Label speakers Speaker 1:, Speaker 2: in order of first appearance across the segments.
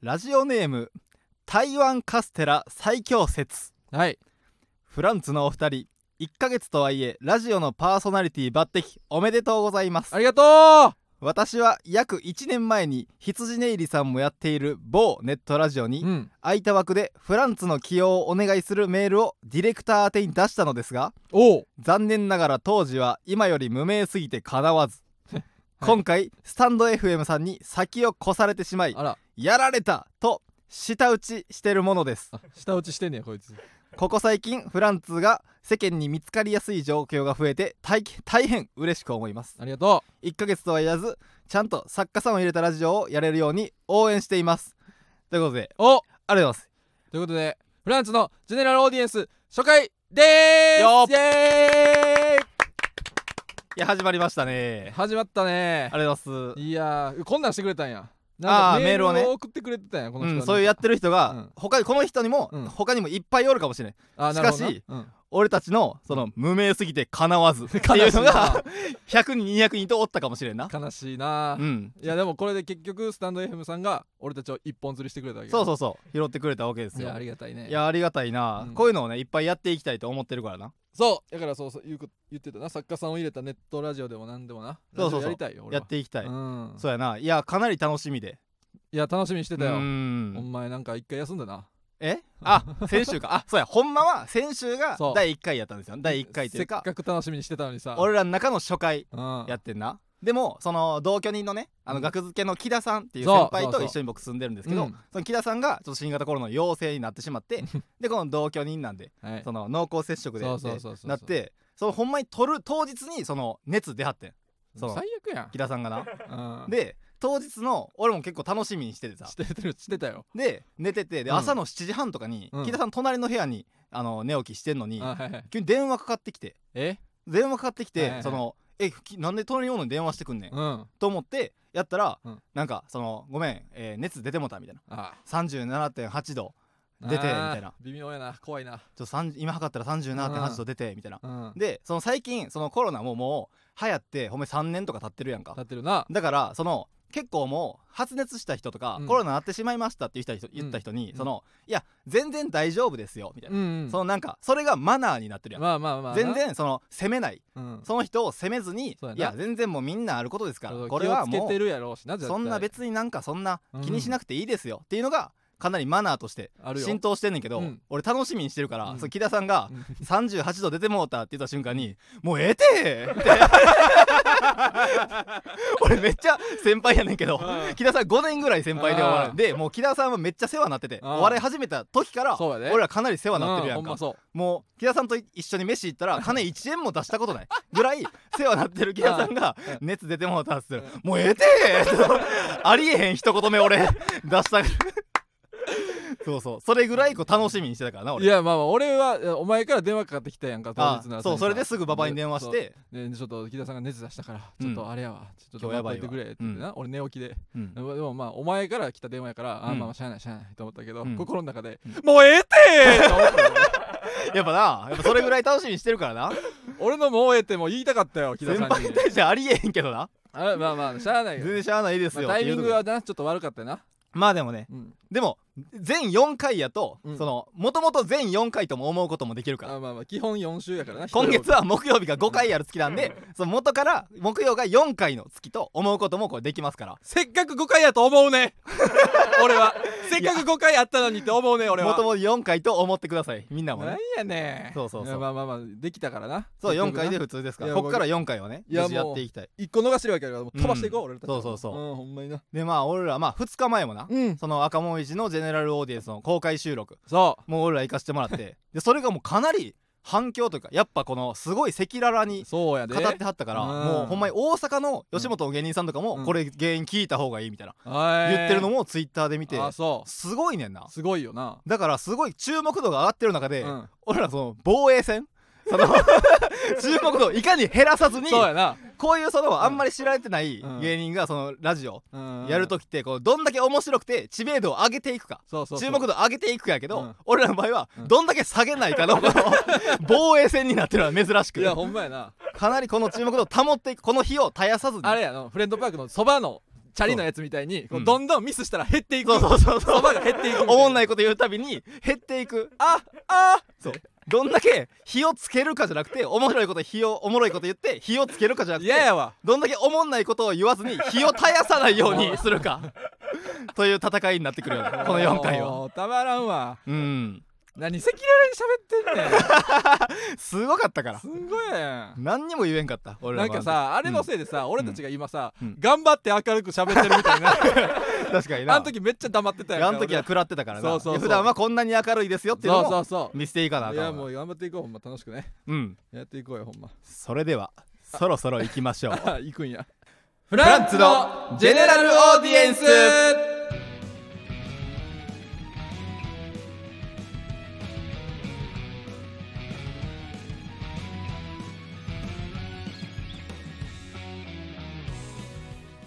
Speaker 1: ラジオネーム台湾カステラ最強説
Speaker 2: はい
Speaker 1: フランツのお二人1ヶ月とはいえラジオのパーソナリティ抜擢おめでとうございます
Speaker 2: ありがと
Speaker 1: 私は約1年前に羊ネイリさんもやっている某ネットラジオ
Speaker 2: う、う
Speaker 1: に
Speaker 2: ん、
Speaker 1: 空いた枠でフランツの起用をお願いするメールをディレクター宛てに出したのですが
Speaker 2: おう
Speaker 1: 残念ながら当時は今より無名すぎてかなわ ず今回スタンド FM さんに先を越されてしまい
Speaker 2: あら
Speaker 1: やられたと舌打ちしてるものです
Speaker 2: あ下打ちしてんねやこいつ
Speaker 1: ここ最近フランツが世間に見つかりやすい状況が増えて大大変嬉しく思います
Speaker 2: ありがと
Speaker 1: 1ヶ月とは言わずちゃんと作家さんを入れたラジオをやれるように応援していますということで
Speaker 2: うお
Speaker 1: ありがとうござい
Speaker 2: ということでフランスのジェネラルオーディエンス初回で
Speaker 1: よ
Speaker 2: ーすイエーイ
Speaker 1: ますいや始まりましたね
Speaker 2: 始まったね
Speaker 1: ありがとうございます
Speaker 2: いやーこんなんしてくれたんや
Speaker 1: あ
Speaker 2: な
Speaker 1: ー
Speaker 2: んかメールを
Speaker 1: メールをね
Speaker 2: 送ってくれてたんやこの
Speaker 1: う
Speaker 2: 人は
Speaker 1: ん、そういうやってる人が、
Speaker 2: うん
Speaker 1: 他にこの人にも、
Speaker 2: うん
Speaker 1: 他にもいっぱいおるかもしれない
Speaker 2: あーなるほどな
Speaker 1: しかし
Speaker 2: うん
Speaker 1: 俺たちのその無名すぎてかなわ ずってい
Speaker 2: 悲
Speaker 1: う
Speaker 2: しい
Speaker 1: のが
Speaker 2: な
Speaker 1: 100人200人とおったかもしれんな
Speaker 2: 悲しいな
Speaker 1: うん
Speaker 2: いやでもこれで結局スタンド FM さんが俺たちを一本釣りしてくれたわけ
Speaker 1: そう
Speaker 2: う
Speaker 1: そうそう拾ってくれたわけですよ
Speaker 2: やありがたいね
Speaker 1: いやありがたいな、
Speaker 2: うん
Speaker 1: こういうのをねいっぱいやっていきたいと思ってるからな
Speaker 2: そうだからそうそう言うこ言ってたな作家さんを入れたネットラジオでも何でもな
Speaker 1: そうそうそう
Speaker 2: ラジオやりたいよ俺
Speaker 1: や
Speaker 2: は
Speaker 1: っていきたい、
Speaker 2: うん
Speaker 1: そうやないやかなり楽しみで
Speaker 2: いや楽しみにしてたよ
Speaker 1: う
Speaker 2: お
Speaker 1: ん
Speaker 2: 前なんか一回休んだな
Speaker 1: えあ先週かあそうやほんまは先週が
Speaker 2: そう
Speaker 1: 第1回やったんですよ第1回という
Speaker 2: せっか
Speaker 1: か
Speaker 2: く楽しみにしてたのにさ
Speaker 1: 俺らの中の初回
Speaker 2: うん
Speaker 1: やってんなでもその同居人のねあ
Speaker 2: う
Speaker 1: の
Speaker 2: ん
Speaker 1: 学付けの木田さんっていう
Speaker 2: そう
Speaker 1: 先輩
Speaker 2: そう
Speaker 1: と
Speaker 2: そう
Speaker 1: 一緒に僕住んでるんですけど、
Speaker 2: うん
Speaker 1: その木田さんがちょっと新型コロナの陽性になってしまってでこの同居人なんで
Speaker 2: はい
Speaker 1: その濃厚接触で
Speaker 2: そうそうそうそう
Speaker 1: でなってそのほんまに取る当日にその熱出はってんその
Speaker 2: 最悪やん
Speaker 1: 木田さんがな
Speaker 2: うん
Speaker 1: で当日の俺も結構楽しみにしててさ
Speaker 2: しててるしてたよ
Speaker 1: で寝ててで、
Speaker 2: うん
Speaker 1: 朝の7時半とかに、
Speaker 2: うん
Speaker 1: 木田さん隣の部屋にあの寝起きしてんのに、
Speaker 2: あはいはい
Speaker 1: 急に電話かかってきて
Speaker 2: え
Speaker 1: 電話かかってきて、
Speaker 2: はいはい
Speaker 1: その「えきなんで隣におるのに電話してくんねん」
Speaker 2: うん
Speaker 1: と思ってやったら、
Speaker 2: うん
Speaker 1: なんかその「ごめん、えー熱出てもた」みたいな
Speaker 2: あ
Speaker 1: 「37.8度出て」みたいな
Speaker 2: 微妙やな怖いな
Speaker 1: 「ちょ3今測ったら37.8度出て」みたいな。
Speaker 2: うん
Speaker 1: でその最近そのコロナももう流行ってほんまに3年とか経ってるやんか
Speaker 2: 立ってるな
Speaker 1: だからその結構もう発熱した人とか、
Speaker 2: うん
Speaker 1: コロナなってしまいましたって言った人言った人に、
Speaker 2: うん
Speaker 1: そのいや全然大丈夫ですよみたいな、
Speaker 2: うんうん
Speaker 1: そのなんかそれがマナーになってるやん、
Speaker 2: まあまあまあな
Speaker 1: 全然その責めない
Speaker 2: うん
Speaker 1: その人を責めずに、
Speaker 2: そうや
Speaker 1: い
Speaker 2: な
Speaker 1: や全然もうみんなあることですから
Speaker 2: そう
Speaker 1: これは
Speaker 2: 気を
Speaker 1: も
Speaker 2: つけて
Speaker 1: う
Speaker 2: るやろうしな絶対
Speaker 1: そんな別になんかそんな
Speaker 2: うん
Speaker 1: 気にしなくていいですよっていうのがかなりマナーとして
Speaker 2: あるよ
Speaker 1: 浸透してんねんけど、
Speaker 2: うん
Speaker 1: 俺楽しみにしてるから、
Speaker 2: うん
Speaker 1: その木田さんが
Speaker 2: うん
Speaker 1: 38度出てもうたって言った瞬間に「もうええて!」って 俺めっちゃ先輩やねんけど
Speaker 2: うん
Speaker 1: 木田さん5年ぐらい先輩で
Speaker 2: あー
Speaker 1: 終わるでもう木田さんはめっちゃ世話になってて
Speaker 2: あー
Speaker 1: お笑い始めた時から
Speaker 2: そうやで
Speaker 1: 俺らかなり世話になってるや
Speaker 2: うんほん
Speaker 1: か
Speaker 2: まそう
Speaker 1: もう木田さんと一緒に飯行ったら金1円も出したことないぐらい世話になってる木田さんが
Speaker 2: うん
Speaker 1: 熱出てもうたっつって
Speaker 2: ん
Speaker 1: 「もうええて!」ありえへん一言目 俺出したそうそうそれぐらいこう楽しみにしてたからな俺
Speaker 2: いやまあまあ俺はいやお前から電話かかってきたやんか当
Speaker 1: あ
Speaker 2: 日の朝にさ
Speaker 1: そうそれですぐ馬場に電話して、
Speaker 2: そうねちょっと木田さんが熱出したから
Speaker 1: うん
Speaker 2: ちょっとあれやわちょっと
Speaker 1: 今日やばい
Speaker 2: 待っといてくれって言ってな俺寝起きで
Speaker 1: うん
Speaker 2: でもでもまあお前から来た電話やからあ
Speaker 1: うん
Speaker 2: まあまあしゃあないしゃあないと思ったけど
Speaker 1: うん
Speaker 2: 心の中で
Speaker 1: うん
Speaker 2: もうええてって思ったよ
Speaker 1: やっぱなやっぱそれぐらい楽しみにしてるからな
Speaker 2: 俺のもうええってもう言いたかったよ木田
Speaker 1: 先
Speaker 2: さん
Speaker 1: 輩
Speaker 2: に
Speaker 1: に対してありえへんけどな
Speaker 2: あれまあまあしゃあない
Speaker 1: 全
Speaker 2: よ
Speaker 1: 然しゃあないです
Speaker 2: まあ
Speaker 1: よ、
Speaker 2: タイミング
Speaker 1: っていうとこ
Speaker 2: はなちょっと悪かったよな
Speaker 1: まあでもね
Speaker 2: うん
Speaker 1: でも全4回やと、
Speaker 2: うん
Speaker 1: そのもともと全4回とも思うこともできるから
Speaker 2: あまあまあ基本4週やからな
Speaker 1: 今月
Speaker 2: は
Speaker 1: は木曜日が5回やる月なんでその元から木曜が4回の月と思うこともこれできますから
Speaker 2: せっかく5回やと思うね俺はせっかく5回やったのにって思うね俺は
Speaker 1: もともと4回と思ってくださいみんなも
Speaker 2: なん
Speaker 1: ね
Speaker 2: やねん
Speaker 1: そうそうそう
Speaker 2: いやまあまあまあできたからな
Speaker 1: そう
Speaker 2: 結
Speaker 1: 4
Speaker 2: 局な
Speaker 1: 回で普通ですか
Speaker 2: い
Speaker 1: ら
Speaker 2: や
Speaker 1: こっから4回はね
Speaker 2: いや
Speaker 1: 無事やっていきたい
Speaker 2: 一個逃してるわけやからもう飛ばしていこう、
Speaker 1: うん
Speaker 2: 俺たちは
Speaker 1: そうそうそう
Speaker 2: うんほんまにな
Speaker 1: でまあ俺らまあ2日前もな
Speaker 2: うん
Speaker 1: その赤もみじのジェネラルオーディエンスの公開収録
Speaker 2: そ
Speaker 1: もう俺ら行かしてもらって でそれがもうかなり反響というかやっぱこのすごい赤裸々
Speaker 2: う
Speaker 1: に
Speaker 2: そうやで
Speaker 1: 語ってはったから
Speaker 2: うん
Speaker 1: もうほんまに大阪の吉本の芸人さんとか
Speaker 2: う
Speaker 1: も
Speaker 2: ん
Speaker 1: これ原因聞いた方がいいみたいな
Speaker 2: はい
Speaker 1: 言ってるのもツイッターで見て
Speaker 2: あそう
Speaker 1: すごいねんな
Speaker 2: すごいよな、
Speaker 1: だからすごい注目度が上がってる中で、
Speaker 2: うん
Speaker 1: 俺らその防衛戦そ の注目度をいかに減らさずに
Speaker 2: そうやな、
Speaker 1: こういうそのあんまり知られてない
Speaker 2: うん
Speaker 1: 芸人がそのラジオ
Speaker 2: うん
Speaker 1: やるときってこうどんだけ面白くて知名度を上げていくか
Speaker 2: そうそうそう
Speaker 1: 注目度を上げていくやけど、
Speaker 2: うん
Speaker 1: 俺らの場合は
Speaker 2: うん
Speaker 1: どんだけ下げないかの この防衛戦になってるのは珍し
Speaker 2: い
Speaker 1: く
Speaker 2: やほんまやな
Speaker 1: かなりこの注目度を保っていくこの火を絶やさずに
Speaker 2: あれやのフレンドパークのそばのチャリのやつみたいにこう
Speaker 1: うん
Speaker 2: どんどんミスしたら減っていく
Speaker 1: そうそうそうそう
Speaker 2: そばが減っていくみたいな
Speaker 1: おもんないこと言うたびに減っていく
Speaker 2: ああ
Speaker 1: そうどんだけ火をつけるかじゃなくておもろいこと火をおもろいこと言って火をつけるかじゃなくて
Speaker 2: 嫌やわ
Speaker 1: どんだけおもんないことを言わずに火を絶やさないように するかという戦いになってくるよねこの4回は
Speaker 2: もうたまらんわ
Speaker 1: うん
Speaker 2: 何赤裸々に喋ってんね
Speaker 1: すごかったから
Speaker 2: んすんごいやん
Speaker 1: 何にも言えんかった俺ら
Speaker 2: な
Speaker 1: の番
Speaker 2: んか
Speaker 1: 組
Speaker 2: さあれのせいでさ、俺たちが今さ、
Speaker 1: うん
Speaker 2: 頑張って明るく喋ってるみた いな
Speaker 1: 確かにな
Speaker 2: あの時めっちゃ黙ってたやんか
Speaker 1: あの時は食らってたからな
Speaker 2: そうそうそう
Speaker 1: いや普段はこんなに明るいですよって
Speaker 2: 俺
Speaker 1: いう
Speaker 2: ら
Speaker 1: の
Speaker 2: そうそ
Speaker 1: も
Speaker 2: うそ
Speaker 1: 見せていかなあ
Speaker 2: うい
Speaker 1: かんわ
Speaker 2: やもう頑張っていこうほんま楽しくね
Speaker 1: うん
Speaker 2: やっていこうよほんま
Speaker 1: それではそろそろ行きましょう
Speaker 2: あ行くんやフ
Speaker 1: ランツのジェネラルオーディエンス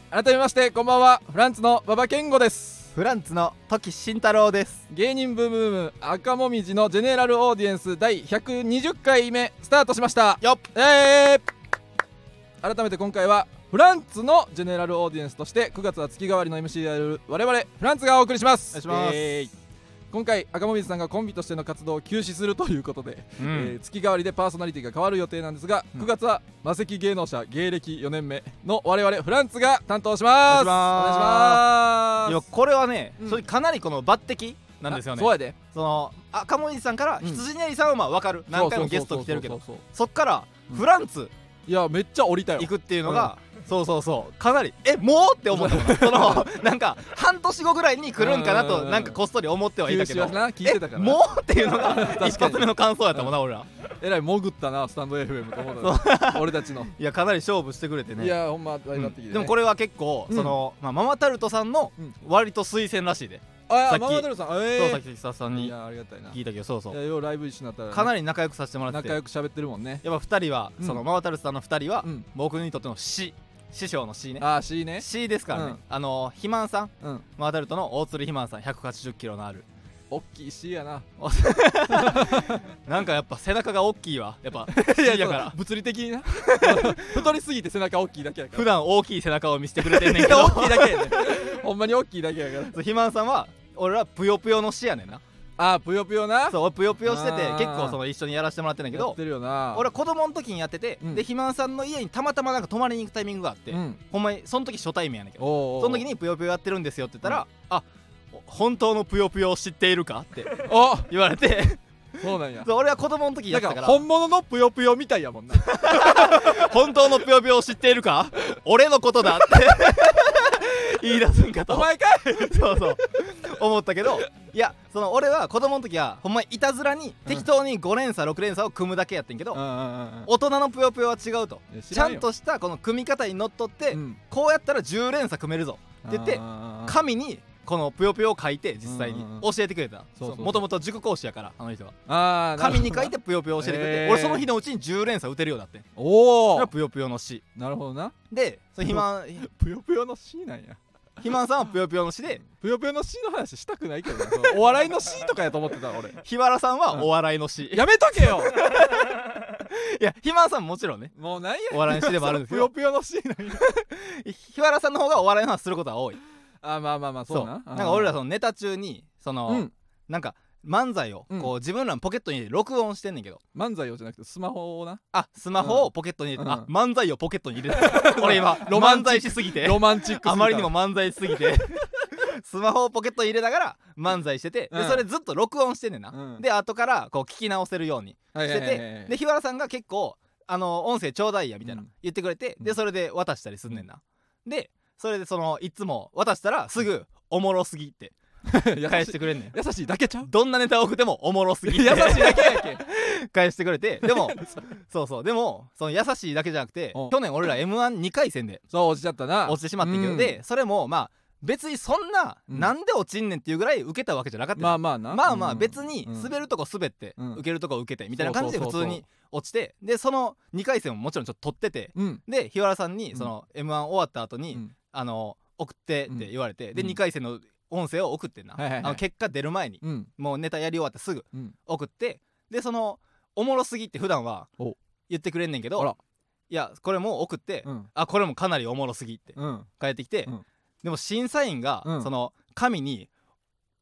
Speaker 2: 改めましてこんばんはフランツの馬場健吾です
Speaker 1: フランツの時慎太郎です
Speaker 2: 芸人ブームブーム赤もみじのジェネラルオーディエンス第120回目スタートしました
Speaker 1: よっ
Speaker 2: えー改めて今回はフランツのジェネラルオーディエンスとして9月は月替わりの MC である我々フランツがお送りします
Speaker 1: お願いします
Speaker 2: えー今回赤もみじさんがコンビとしての活動を休止するということで、
Speaker 1: うん
Speaker 2: えー月替わりでパーソナリティが変わる予定なんですが、
Speaker 1: うん
Speaker 2: 9月は魔石芸能者芸歴4年目の我々フランツが担当し
Speaker 1: お願
Speaker 2: ます
Speaker 1: いしますい
Speaker 2: お願いし
Speaker 1: や
Speaker 2: ます
Speaker 1: これはね、
Speaker 2: うん
Speaker 1: それかなりこの抜擢なんですよ
Speaker 2: あ
Speaker 1: ね
Speaker 2: そうやで
Speaker 1: その赤森さんから
Speaker 2: うん
Speaker 1: 羊ねりさんはまあ分かる何回もゲスト来てるけど
Speaker 2: そうそうそうそう
Speaker 1: そっから
Speaker 2: うん
Speaker 1: フランツ
Speaker 2: いやめっちゃ降りたよ
Speaker 1: 行くっていうのが、そうそうそうかなりえもうって思ったもんそのなんか半年後ぐらいに来るんかな
Speaker 2: うんうん
Speaker 1: と
Speaker 2: うん
Speaker 1: なんかこっそり思ってはい
Speaker 2: 休
Speaker 1: たけ
Speaker 2: 止
Speaker 1: ど
Speaker 2: はな聞いてたから
Speaker 1: えもうっていうの が一発目の感想やったもんな俺ら
Speaker 2: えらい潜ったなスタンド FM と思ったら俺たち の、
Speaker 1: いやかなり勝負してくれてね
Speaker 2: いやほんま大
Speaker 1: うん
Speaker 2: 抜擢で、ね
Speaker 1: でもこれは結構、
Speaker 2: うん
Speaker 1: その、まあ、ママタルトさんの
Speaker 2: うん
Speaker 1: 割と推薦らしいで、
Speaker 2: あ
Speaker 1: さ
Speaker 2: あ
Speaker 1: っき
Speaker 2: ママドルさんえ
Speaker 1: そう
Speaker 2: え
Speaker 1: さっき久さん
Speaker 2: い
Speaker 1: に
Speaker 2: やありがたいない
Speaker 1: 聞いたけどそうそう
Speaker 2: やようライブ一緒になったらね、
Speaker 1: かなり仲良くさせてもらって
Speaker 2: 仲
Speaker 1: て
Speaker 2: 良く喋ってるもんね
Speaker 1: やっぱ2人は、
Speaker 2: うん
Speaker 1: そのママタルトさんの2人は、
Speaker 2: うん
Speaker 1: 僕にとっての師師匠の師ね
Speaker 2: ああ C ね
Speaker 1: 師ですからね、
Speaker 2: うん
Speaker 1: あの肥満さん
Speaker 2: うん
Speaker 1: ママタルトの大鶴肥満さん1 8 0キロのあ る
Speaker 2: おっきい C やな
Speaker 1: なんかやっぱ背中が大きいわやっぱ
Speaker 2: い
Speaker 1: 師やから
Speaker 2: 物理的 にな太りすぎて背中大きいだけやか
Speaker 1: 普段大きい背中を見せてくれてんねん
Speaker 2: ら
Speaker 1: けど
Speaker 2: 大きいだけやね ほんまに大きいだけやから
Speaker 1: 肥満さんは俺らぷよぷよの師やねんな
Speaker 2: ああぷよぷよな
Speaker 1: そう俺ぷよぷよしてて
Speaker 2: あー
Speaker 1: 結構その一緒にやらせてもらってんだけ
Speaker 2: やっ
Speaker 1: ど
Speaker 2: てるよな
Speaker 1: 俺は子供の時にやってて、
Speaker 2: うん
Speaker 1: で肥満さんの家にたまたまなんか泊まりに行くタイミングがあって、
Speaker 2: うん
Speaker 1: ほんまにその時初対面やねんけど
Speaker 2: おうおう
Speaker 1: その時に「ぷよぷよやってるんですよ」って言ったら「あお本当のぷよぷよを知っているか?」って
Speaker 2: お
Speaker 1: 言われ て
Speaker 2: そうなん や
Speaker 1: そう俺は子供の時や
Speaker 2: だ
Speaker 1: ってた
Speaker 2: か
Speaker 1: からら
Speaker 2: 本物のぷよぷよみたいや もんな
Speaker 1: 本当のぷよぷよを知っているか俺のことだって 言い出すんか
Speaker 2: お
Speaker 1: と
Speaker 2: 前かい
Speaker 1: そうそう思ったけどいやその俺は子供の時はほんまにいたずらに適当に5連鎖6連鎖を組むだけやってんけど、
Speaker 2: うんうんうん
Speaker 1: 大人のぷよぷよは違うと
Speaker 2: いや知
Speaker 1: ち
Speaker 2: ら
Speaker 1: ゃ
Speaker 2: よ
Speaker 1: んとしたこの組み方にのっとって、
Speaker 2: うん
Speaker 1: こうやったら10連鎖組めるぞって言って
Speaker 2: あー
Speaker 1: 紙にこのぷよぷよを書いて実際に
Speaker 2: うんうんうん
Speaker 1: 教えてくれた
Speaker 2: そうそうそう
Speaker 1: もともと塾講師やからあの人は
Speaker 2: あーなるほど
Speaker 1: 紙に書いてぷよぷよを教えてくれて、
Speaker 2: へー
Speaker 1: 俺その日のうちに10連鎖打てるようになってんそ
Speaker 2: お
Speaker 1: れは
Speaker 2: お
Speaker 1: ぷよぷよの詩
Speaker 2: なるほどな
Speaker 1: でその肥 満
Speaker 2: ぷよぷよの C なんや
Speaker 1: 肥満さんはぷよぷよの詩で
Speaker 2: ぷよぷよの C の話したくない けどなそのお笑いの C とかやと思ってた俺
Speaker 1: 日原さんはお笑いの詩、い
Speaker 2: やめとけよ
Speaker 1: や肥満さんももちろんね
Speaker 2: もうなんや
Speaker 1: お笑いの詩でもあるんですけ
Speaker 2: ぷ よ
Speaker 1: ど
Speaker 2: ぷよの C なんや
Speaker 1: 日原さんの方がお笑いの話することは多い
Speaker 2: あーまあまあまあそうな
Speaker 1: なんか俺らそ
Speaker 2: の
Speaker 1: のネタ中にその、
Speaker 2: うん
Speaker 1: なんか漫才を
Speaker 2: うん
Speaker 1: こう自分らのポケットに入れて録音してんねんけど
Speaker 2: 漫才をじゃなくてスマホをな
Speaker 1: あスマホをポケットに入れて、
Speaker 2: うん
Speaker 1: あ漫才をポケットに入れ てた俺今
Speaker 2: ロ
Speaker 1: ロマ
Speaker 2: マ
Speaker 1: ン
Speaker 2: ンチック
Speaker 1: 才しすぎて
Speaker 2: ロマンチックすぎた
Speaker 1: あまりにも漫才しすぎ てスマホをポケットに入れながら漫才してて、
Speaker 2: うん
Speaker 1: でそれずっと録音してんねんな、
Speaker 2: うん
Speaker 1: で後からこう聞き直せるように
Speaker 2: はい
Speaker 1: し
Speaker 2: はい
Speaker 1: て
Speaker 2: は
Speaker 1: て、
Speaker 2: いはい
Speaker 1: で日原さんが結構あの音声ちょうだいやみたいな、
Speaker 2: うん
Speaker 1: 言ってくれて
Speaker 2: う
Speaker 1: で
Speaker 2: ん
Speaker 1: それで渡したりすんねんな、でそれでそのいつも渡したらすぐおもろすぎって
Speaker 2: 優
Speaker 1: 返
Speaker 2: し
Speaker 1: し
Speaker 2: い
Speaker 1: てくれんねん
Speaker 2: 優しいだけちゃう
Speaker 1: どんなネタを送ってもおもろす
Speaker 2: 優
Speaker 1: ぎっ
Speaker 2: していだけやけ
Speaker 1: 返してくれてで もそうそうでもその優しいだけじゃなくて
Speaker 2: うん
Speaker 1: 去年俺ら m 1 2回戦で
Speaker 2: そう落ちちゃったな
Speaker 1: 落ちてしまってんけど、
Speaker 2: うん
Speaker 1: でそれもまあ別にそんな、
Speaker 2: うん
Speaker 1: なんで落ちんねんっていうぐらい受けたわけじゃなかったよ、
Speaker 2: まあまあな
Speaker 1: まあまあ別に
Speaker 2: うん
Speaker 1: 滑るとこ滑って、
Speaker 2: うん
Speaker 1: 受けるとこ受けてみたいな感じで
Speaker 2: そう
Speaker 1: 普
Speaker 2: そう
Speaker 1: 通
Speaker 2: そうそう
Speaker 1: に落ちてでその2回戦ももちろんちょっと取ってて
Speaker 2: うん
Speaker 1: で日原さん
Speaker 2: う
Speaker 1: に
Speaker 2: ん
Speaker 1: その m 1終わった後に、
Speaker 2: うん
Speaker 1: あの送ってって言われて、で
Speaker 2: うん
Speaker 1: 2回戦の音声を送ってんな、
Speaker 2: はいはいはい
Speaker 1: あの結果出る前に
Speaker 2: うん
Speaker 1: もうネタやり終わってすぐ
Speaker 2: うん
Speaker 1: 送ってでそのおもろすぎって普段は
Speaker 2: お
Speaker 1: 言ってくれんねんけ
Speaker 2: あら
Speaker 1: どいやこれも送って、
Speaker 2: うん
Speaker 1: あこれもかなりおもろすぎって
Speaker 2: うん
Speaker 1: 返ってきて、
Speaker 2: うん
Speaker 1: でも審査員が、
Speaker 2: うん
Speaker 1: その紙に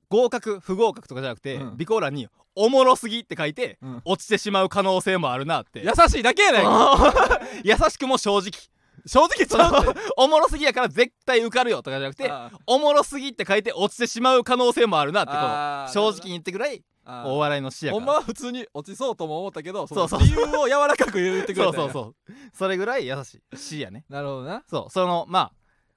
Speaker 1: 合格不合格とかじゃなくて、
Speaker 2: うん
Speaker 1: 備考欄に「おもろすぎ」って書いて、
Speaker 2: うん
Speaker 1: 落ちてしまう可能性もあるなって
Speaker 2: 優しいだけやないか
Speaker 1: あー優しくも正直正直ちゃうおもろすぎやから絶対受かるよとかじゃなくて
Speaker 2: あー
Speaker 1: おもろすぎって書いて落ちてしまう可能性もあるなって
Speaker 2: あー
Speaker 1: こう正直に言ってくらい
Speaker 2: あー
Speaker 1: お笑いの視野
Speaker 2: ほ
Speaker 1: か
Speaker 2: んま
Speaker 1: ら
Speaker 2: は普通に落ちそうとも思ったけどそ
Speaker 1: そうそう
Speaker 2: の理由を柔らかく言ってくれ
Speaker 1: そ
Speaker 2: た
Speaker 1: うん
Speaker 2: や
Speaker 1: そうそうそれぐらい優しい C やね
Speaker 2: なるほどな
Speaker 1: そうそのまあ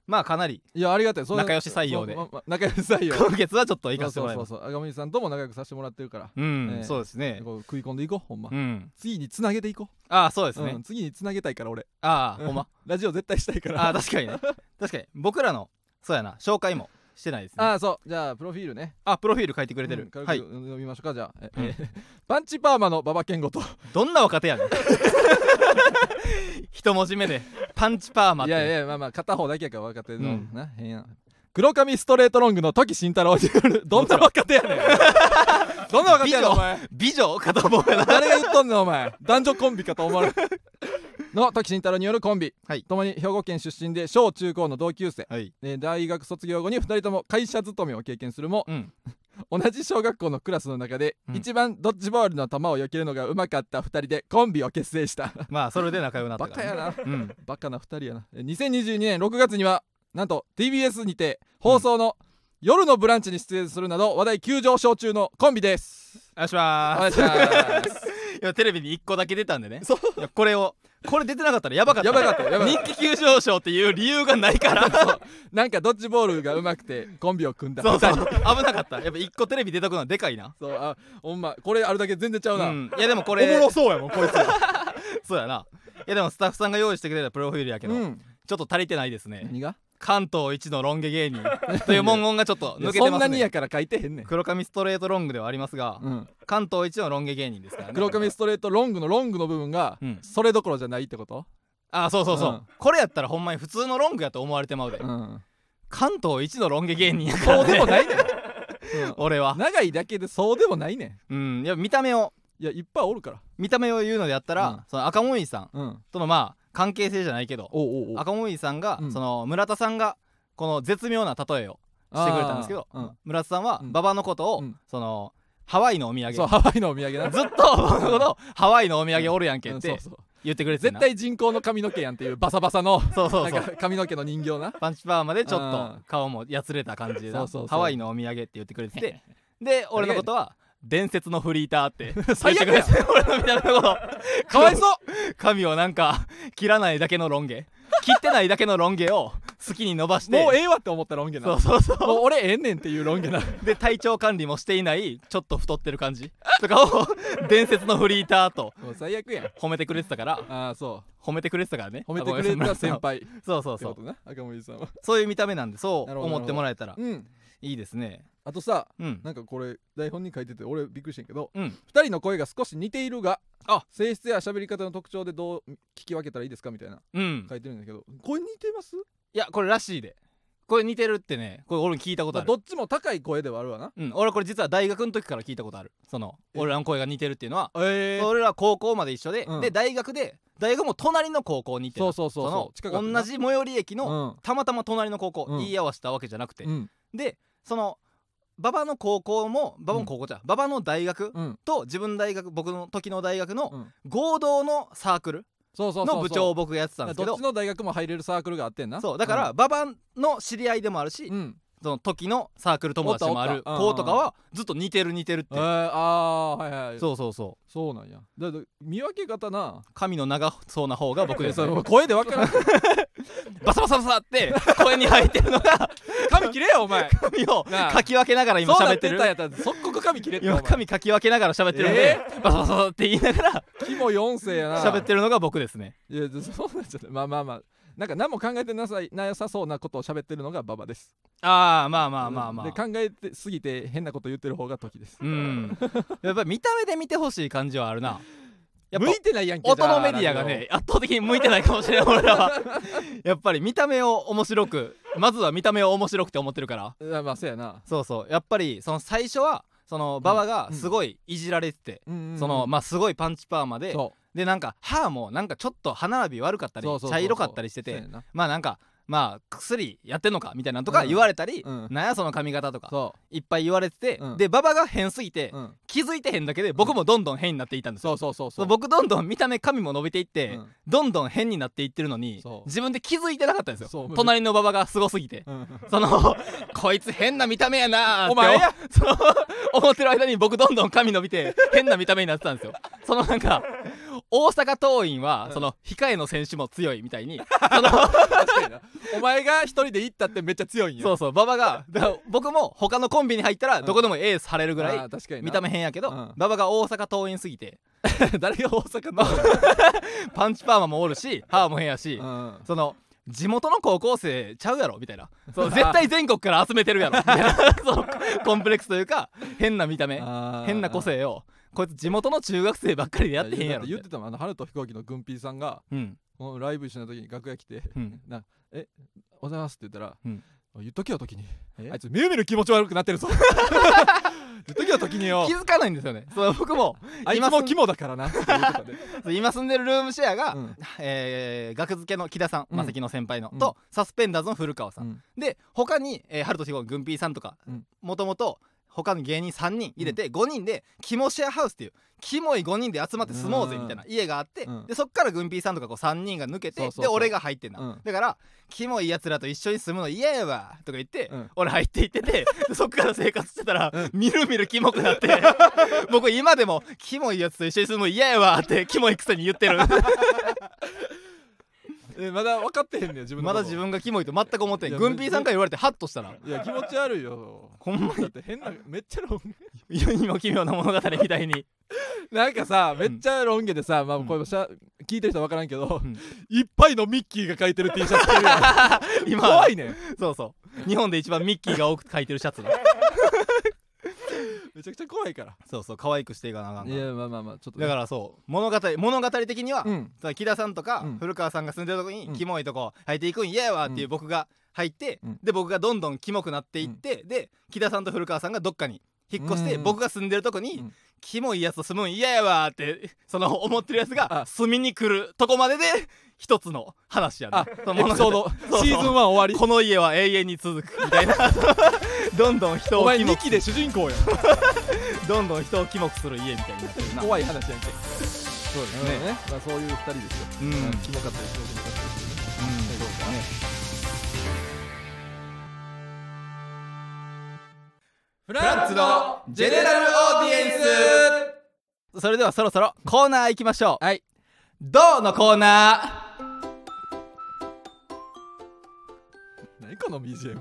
Speaker 1: まあかなり
Speaker 2: いやありがたいそれ
Speaker 1: 仲良し採用で
Speaker 2: そうまま仲良し採用
Speaker 1: 今月はちょっと行かせてもらい
Speaker 2: そう
Speaker 1: ます
Speaker 2: そうそう赤森さんとも仲良くさせてもらってるから
Speaker 1: うん、
Speaker 2: ええ
Speaker 1: そうですね
Speaker 2: こう食い込んでいこうほんま
Speaker 1: うん
Speaker 2: 次につなげていこ
Speaker 1: ああそうです
Speaker 2: う
Speaker 1: ね、
Speaker 2: うん次につなげたいから俺
Speaker 1: ああ
Speaker 2: うん
Speaker 1: ほんま
Speaker 2: ラジオ絶対したいか
Speaker 1: あ
Speaker 2: ら
Speaker 1: あ確かにね確かに僕らのそうやな紹介もしてないですねあ
Speaker 2: あそうじゃあプロフィールね
Speaker 1: プロフィール書いてくれてる、
Speaker 2: うん軽く
Speaker 1: はい
Speaker 2: 読みましょうかじゃあえ
Speaker 1: うん
Speaker 2: え パンチパーマの馬場 健吾と
Speaker 1: どんな若手 やねん一文字目でパンチパーマっ
Speaker 2: い
Speaker 1: て
Speaker 2: やいやまあまあ片方だけやから若手
Speaker 1: う
Speaker 2: の
Speaker 1: ん
Speaker 2: な変な黒髪ストレートロングの時慎太郎に よるどんな若手やねんどんな若手やねんお前
Speaker 1: 美女かと思うよな
Speaker 2: 誰が言っとんねんお前男女コンビかと思われ るの時慎太郎によるコンビ、
Speaker 1: はい
Speaker 2: 共に兵庫県出身で小中高の同級生
Speaker 1: はい
Speaker 2: で大学卒業後に2人とも会社勤めを経験するも
Speaker 1: うん
Speaker 2: 同じ小学校のクラスの中で、
Speaker 1: うん
Speaker 2: 一番ドッジボールの球を避けるのがうまかった2人でコンビを結成した
Speaker 1: まあそれで仲良くなった
Speaker 2: バ
Speaker 1: か
Speaker 2: カ
Speaker 1: ら
Speaker 2: やな
Speaker 1: やなうん
Speaker 2: バカな2人やなえ2022年6月にはなんと TBS にて放送の「夜のブランチ」に出演するなど話題急上昇中のコンビです
Speaker 1: お願いし
Speaker 2: お
Speaker 1: ま
Speaker 2: 願いします
Speaker 1: すいやテレビに一個だけ出たんでね
Speaker 2: そう
Speaker 1: いやこれをこれ出てなかったらやばかった
Speaker 2: やばかったやばかった
Speaker 1: 人気急上昇っていう理由がないから
Speaker 2: そうなんかドッジボールがうまくてコンビを組んだ
Speaker 1: そうそう危なかったやっぱ一個テレビ出とくのはでかいな
Speaker 2: そうあほんまこれあるだけ全然ちゃうな、
Speaker 1: うんいやでもこ
Speaker 2: お
Speaker 1: れ
Speaker 2: もろそうやもんこいつら
Speaker 1: そうやないやでもスタッフさんが用意してくれたプロフィールやけど、
Speaker 2: うん
Speaker 1: ちょっと足りてないですね
Speaker 2: 何が
Speaker 1: 関東一のロン毛芸人 という文言がちょっと抜けて
Speaker 2: そん
Speaker 1: ま
Speaker 2: な
Speaker 1: す
Speaker 2: に
Speaker 1: ね
Speaker 2: やから書いてへんねん、
Speaker 1: 黒髪ストレートロングではありますが、
Speaker 2: うん、
Speaker 1: 関東一のロン毛芸人ですからね
Speaker 2: 黒髪ストレートロングのロングの部分が
Speaker 1: うん
Speaker 2: それどころじゃないってこと、
Speaker 1: あそうそうそう、
Speaker 2: うん
Speaker 1: これやったらほんまに普通のロングやと思われてまうで、
Speaker 2: うん、
Speaker 1: 関東一のロン毛芸人 やから、
Speaker 2: そう
Speaker 1: ね、
Speaker 2: でもないねん、
Speaker 1: 俺
Speaker 2: う
Speaker 1: は
Speaker 2: ん、長いだけでそうでもないね
Speaker 1: うんいや見た目を
Speaker 2: んいやいっぱいおるから
Speaker 1: 見た目を言うのであったら、
Speaker 2: うん
Speaker 1: その赤もみじさん
Speaker 2: うん
Speaker 1: とのまあ関係性じゃないけど
Speaker 2: おうおうおう
Speaker 1: 赤もみじさんが、
Speaker 2: うん
Speaker 1: その村田さんがこの絶妙な例えをしてくれたんですけど、
Speaker 2: あーうん
Speaker 1: 村田さんは
Speaker 2: うん
Speaker 1: 馬場のことを、
Speaker 2: うん
Speaker 1: そのハワイのお土産ず
Speaker 2: そう
Speaker 1: っ
Speaker 2: ハワイのお土産な
Speaker 1: と馬場のことをハワイのお土産おるやんけ
Speaker 2: う
Speaker 1: っ
Speaker 2: んそう
Speaker 1: て
Speaker 2: そう
Speaker 1: 言ってくれてん
Speaker 2: 絶
Speaker 1: な
Speaker 2: 対人工の髪の毛やんっていうバサバサの
Speaker 1: そうそうそ
Speaker 2: なん
Speaker 1: う
Speaker 2: か髪の毛の人形な
Speaker 1: パンチパーマでちょっ
Speaker 2: う
Speaker 1: と
Speaker 2: ん
Speaker 1: 顔もやつれた感じでな
Speaker 2: そうそうそう
Speaker 1: ハワイのお土産って言ってくれてて で俺のことは伝説のフリーターって
Speaker 2: 最悪や
Speaker 1: 言ってくれて俺の見た目のこと
Speaker 2: かわいそう
Speaker 1: 髪をなんか切らないだけのロン毛切ってないだけのロン毛を好きに伸ばして
Speaker 2: もうええわって思ったロン毛な
Speaker 1: そうそうそう
Speaker 2: もう俺ええねんっていうロン毛な
Speaker 1: で体調管理もしていないちょっと太ってる感じとかを伝説のフリーターと
Speaker 2: もう最悪やん
Speaker 1: 褒めてくれてたから
Speaker 2: ああそ
Speaker 1: 褒めてくれてたからね
Speaker 2: う褒めてくれた先輩って
Speaker 1: そうそうそ
Speaker 2: こ
Speaker 1: う
Speaker 2: とな赤森さんは
Speaker 1: そういう見た目なんでそう
Speaker 2: なるほど
Speaker 1: 思ってもらえたら
Speaker 2: うん
Speaker 1: いいですね
Speaker 2: あとさ
Speaker 1: うん
Speaker 2: なんかこれ台本に書いてて俺びっくりしてんけど
Speaker 1: うん
Speaker 2: 2人の声が少し似ているが
Speaker 1: あ
Speaker 2: 性質や喋り方の特徴でどう聞き分けたらいいですかみたいな
Speaker 1: うん
Speaker 2: 書いてるんだけど声似てます
Speaker 1: いやこれらしいでこれ似てるってねこれ俺聞いたこと
Speaker 2: ま
Speaker 1: あ
Speaker 2: あ
Speaker 1: る
Speaker 2: どっちも高い声ではあるわな
Speaker 1: うん俺これ実は大学の時から聞いたことあるその
Speaker 2: え
Speaker 1: 俺らの声が似てるっていうのは
Speaker 2: え
Speaker 1: 俺ら高校まで一緒で
Speaker 2: うん
Speaker 1: で大学で大学も隣の高校に行って
Speaker 2: そう
Speaker 1: た
Speaker 2: そうそう
Speaker 1: そ
Speaker 2: そ
Speaker 1: の
Speaker 2: う近かったな
Speaker 1: 同じ最寄り駅のたまたま隣の高校
Speaker 2: うん
Speaker 1: 言い合わせたわけじゃなくて
Speaker 2: うんうん
Speaker 1: でその馬場の高校も馬場の高校じゃん馬場の大学
Speaker 2: うん
Speaker 1: と自分の大学僕の時の大学
Speaker 2: う
Speaker 1: の
Speaker 2: ん
Speaker 1: 合同のサークル
Speaker 2: そうそうそうそう
Speaker 1: の部長を僕がやってたんですけ
Speaker 2: ど
Speaker 1: ど
Speaker 2: っちの大学も入れるサークルがあってんな
Speaker 1: そうだから馬場の知り合いでもあるし
Speaker 2: うんうん
Speaker 1: その時のサークル友達でもあ
Speaker 2: おっ
Speaker 1: る
Speaker 2: たおったうんうん
Speaker 1: 子とかはずっと似てる似てるっ
Speaker 2: え
Speaker 1: て
Speaker 2: ーああはいはい
Speaker 1: そうそうそう
Speaker 2: そうなんやだだ見分け方な
Speaker 1: 髪の長そうな方が僕です
Speaker 2: それ声で分からん
Speaker 1: バサバサバサって声に入ってるのが
Speaker 2: 髪切れよお前
Speaker 1: 髪を
Speaker 2: なあ
Speaker 1: かき分けながら今
Speaker 2: そうな
Speaker 1: 喋
Speaker 2: っ
Speaker 1: って
Speaker 2: て
Speaker 1: る
Speaker 2: たんやったら即刻髪切れってお
Speaker 1: 今
Speaker 2: 前
Speaker 1: 髪かき分けながら喋ってるんで、バサバサバサって言いながら
Speaker 2: キモ4世やな
Speaker 1: 喋ってるのが僕ですね
Speaker 2: いやそうなんじゃないまあまあまあなんか何も考えてなさいなさそうなことを喋ってるのがババです
Speaker 1: ああまあまあまあま
Speaker 2: で
Speaker 1: あ
Speaker 2: 考えてすぎて変なこと言ってる方が時です
Speaker 1: うんやっぱり見た目で見てほしい感じはあるなやっぱ
Speaker 2: 向いてないやんけ
Speaker 1: 音のメディアがね圧倒的に向いてないかもしれない俺らは やっぱり見た目を面白くまずは見た目を面白くて思ってるから
Speaker 2: じゃあラジオうんまあそうやな
Speaker 1: そうそうやっぱりその最初はその馬場がすごいいじられてて、その
Speaker 2: ま
Speaker 1: まあすごいパンチパーマで
Speaker 2: そ
Speaker 1: でなんか歯もなんかちょっと歯並び悪かった
Speaker 2: う
Speaker 1: り
Speaker 2: そうそうそう
Speaker 1: 茶色かったりしてて
Speaker 2: そうやな
Speaker 1: まあなんかまあ薬やってんのかみたいなのとか言われたり、
Speaker 2: うん
Speaker 1: なんやその髪型とか
Speaker 2: そ
Speaker 1: いっぱい言われてて、
Speaker 2: うん
Speaker 1: でババが変すぎて、
Speaker 2: う、うん、
Speaker 1: 気づいてへんだけで僕もどんどん変になっていったんですよ、
Speaker 2: そうそうそう
Speaker 1: そ
Speaker 2: そうう
Speaker 1: 僕どんどん見た目髪も伸びていって、
Speaker 2: うん
Speaker 1: どんどん変になっていってるのに
Speaker 2: そう
Speaker 1: 自分で気づいてなかったんです
Speaker 2: そ
Speaker 1: よ
Speaker 2: う
Speaker 1: 隣のババがすごすぎて
Speaker 2: うん
Speaker 1: そのこいつ変な見た目やなーって
Speaker 2: お前や
Speaker 1: そう思ってる間に僕どんどん髪伸びて変な見た目になってたんですよそのなんか大阪桐蔭は
Speaker 2: うん
Speaker 1: その控えの選手も強いみたいにその
Speaker 2: 確かになお前が一人で行ったってめっちゃ強いんや
Speaker 1: そうそう馬場がだから僕も他のコンビに入ったら
Speaker 2: ん
Speaker 1: どこでもエース張れる
Speaker 2: う
Speaker 1: ぐらい
Speaker 2: 確かにな
Speaker 1: 見た目変やけど
Speaker 2: うん
Speaker 1: 馬場が大阪桐蔭すぎて
Speaker 2: 誰が大阪の
Speaker 1: パンチパーマもおるし歯も変やし
Speaker 2: うん
Speaker 1: その地元の高校生ちゃうやろみたいなそう 絶対全国から集めてるや ろみたいな そのコンプレックスというか変な見た目
Speaker 2: あー
Speaker 1: 変な個性をこいつ地元の中学生ばっかりでやってへんやろ
Speaker 2: いだって言ってたもんあの春と飛行機の軍ピーさんが
Speaker 1: うん
Speaker 2: このライブ一緒の時に楽屋来て
Speaker 1: うん
Speaker 2: なえおはようございますって言ったら、
Speaker 1: うん
Speaker 2: 言っとけよ時に
Speaker 1: え
Speaker 2: あいつみるみる気持ち悪くなっ てるぞ言っとけよ時によ
Speaker 1: 気づかないんですよねそう僕も
Speaker 2: あいつ
Speaker 1: 今す
Speaker 2: も
Speaker 1: ん
Speaker 2: 肝だからなっていうことで
Speaker 1: そう今住んでるルームシェアが、
Speaker 2: うん
Speaker 1: えー学付けの木田さん
Speaker 2: うん
Speaker 1: マセキの先輩の、
Speaker 2: うん
Speaker 1: とサスペンダーズの古川さん、
Speaker 2: うん
Speaker 1: で他に、えー、春と彦軍ピーさんとか
Speaker 2: うん
Speaker 1: もともと他の芸人3人入れて5人でキモシェアハウスっていうキモい5人で集まって住もうぜみたいな家があって、
Speaker 2: うん
Speaker 1: でそっから軍ピーさんとかこう3人が抜けて
Speaker 2: そうそうそう
Speaker 1: で俺が入ってんな、
Speaker 2: うん
Speaker 1: だからキモいやつらと一緒に住むの嫌やわとか言って、
Speaker 2: うん
Speaker 1: 俺入っていって てでそっから生活してたら、
Speaker 2: うん
Speaker 1: みるみるキモくなって 僕今でもキモいやつと一緒に住むの嫌やわってキモいくせに言ってる
Speaker 2: えまだ分かってへんねん自分の
Speaker 1: ま
Speaker 2: こと
Speaker 1: だ自分がキモいと全く思って
Speaker 2: い
Speaker 1: ん
Speaker 2: や
Speaker 1: 軍ピーさんから言われてハッとしたら
Speaker 2: いや気持ち悪いよ
Speaker 1: ほんま
Speaker 2: だって変なめっちゃロン毛
Speaker 1: 世にも奇妙な物語みたいに、
Speaker 2: なんかさめっちゃロン毛でさ、まあこれしゃ聞いてる人は分からんけど、
Speaker 1: うん
Speaker 2: いっぱいのミッキーが書いてる T シャツ着てるやん
Speaker 1: 今
Speaker 2: 怖いねん
Speaker 1: そうそう日本で一番ミッキーが多く書いてるシャ ツだ
Speaker 2: めちゃくちゃ怖いから
Speaker 1: そうそう可愛くしていかなあかんから
Speaker 2: まあまあまあちょっ
Speaker 1: だからそう物語物語的には、
Speaker 2: うん
Speaker 1: その木田さんとか
Speaker 2: うん
Speaker 1: 古川さんが住んでるとこ
Speaker 2: う
Speaker 1: に
Speaker 2: ん
Speaker 1: キモいとこ入っていくん嫌やわっていうう僕が入って、
Speaker 2: うん
Speaker 1: で僕がどんどんキモくなっていって、で木田さんと古川さんがどっかに引っ越して、
Speaker 2: うん
Speaker 1: 僕が住んでるとこに、
Speaker 2: うん
Speaker 1: キモいやつと住むん嫌やわってその思ってるやつ
Speaker 2: あ
Speaker 1: が住みに来るとこまでで一つの話やね
Speaker 2: あ
Speaker 1: その
Speaker 2: エ
Speaker 1: 物
Speaker 2: ピ
Speaker 1: 語
Speaker 2: ソー
Speaker 1: そ
Speaker 2: ド
Speaker 1: うそう
Speaker 2: シーズン1終わり
Speaker 1: この家は永遠に続くみたいな どんどん人
Speaker 2: お
Speaker 1: を
Speaker 2: 前
Speaker 1: キモ
Speaker 2: 2
Speaker 1: く
Speaker 2: 期で主人公やん
Speaker 1: どんどん人をキモくする家みたいになってるな
Speaker 2: 怖い話やんけ
Speaker 1: そうで
Speaker 2: ねまあ、そういう2人ですよ、
Speaker 1: うん、うん、
Speaker 2: ま
Speaker 1: そ
Speaker 2: あキモかったりキモくなかったりする
Speaker 1: うだね
Speaker 2: フ
Speaker 1: ランツのジェネラルオーディエンスそれではそろそろコーナー行きましょう
Speaker 2: はい
Speaker 1: どうのコーナ
Speaker 2: 何この BGM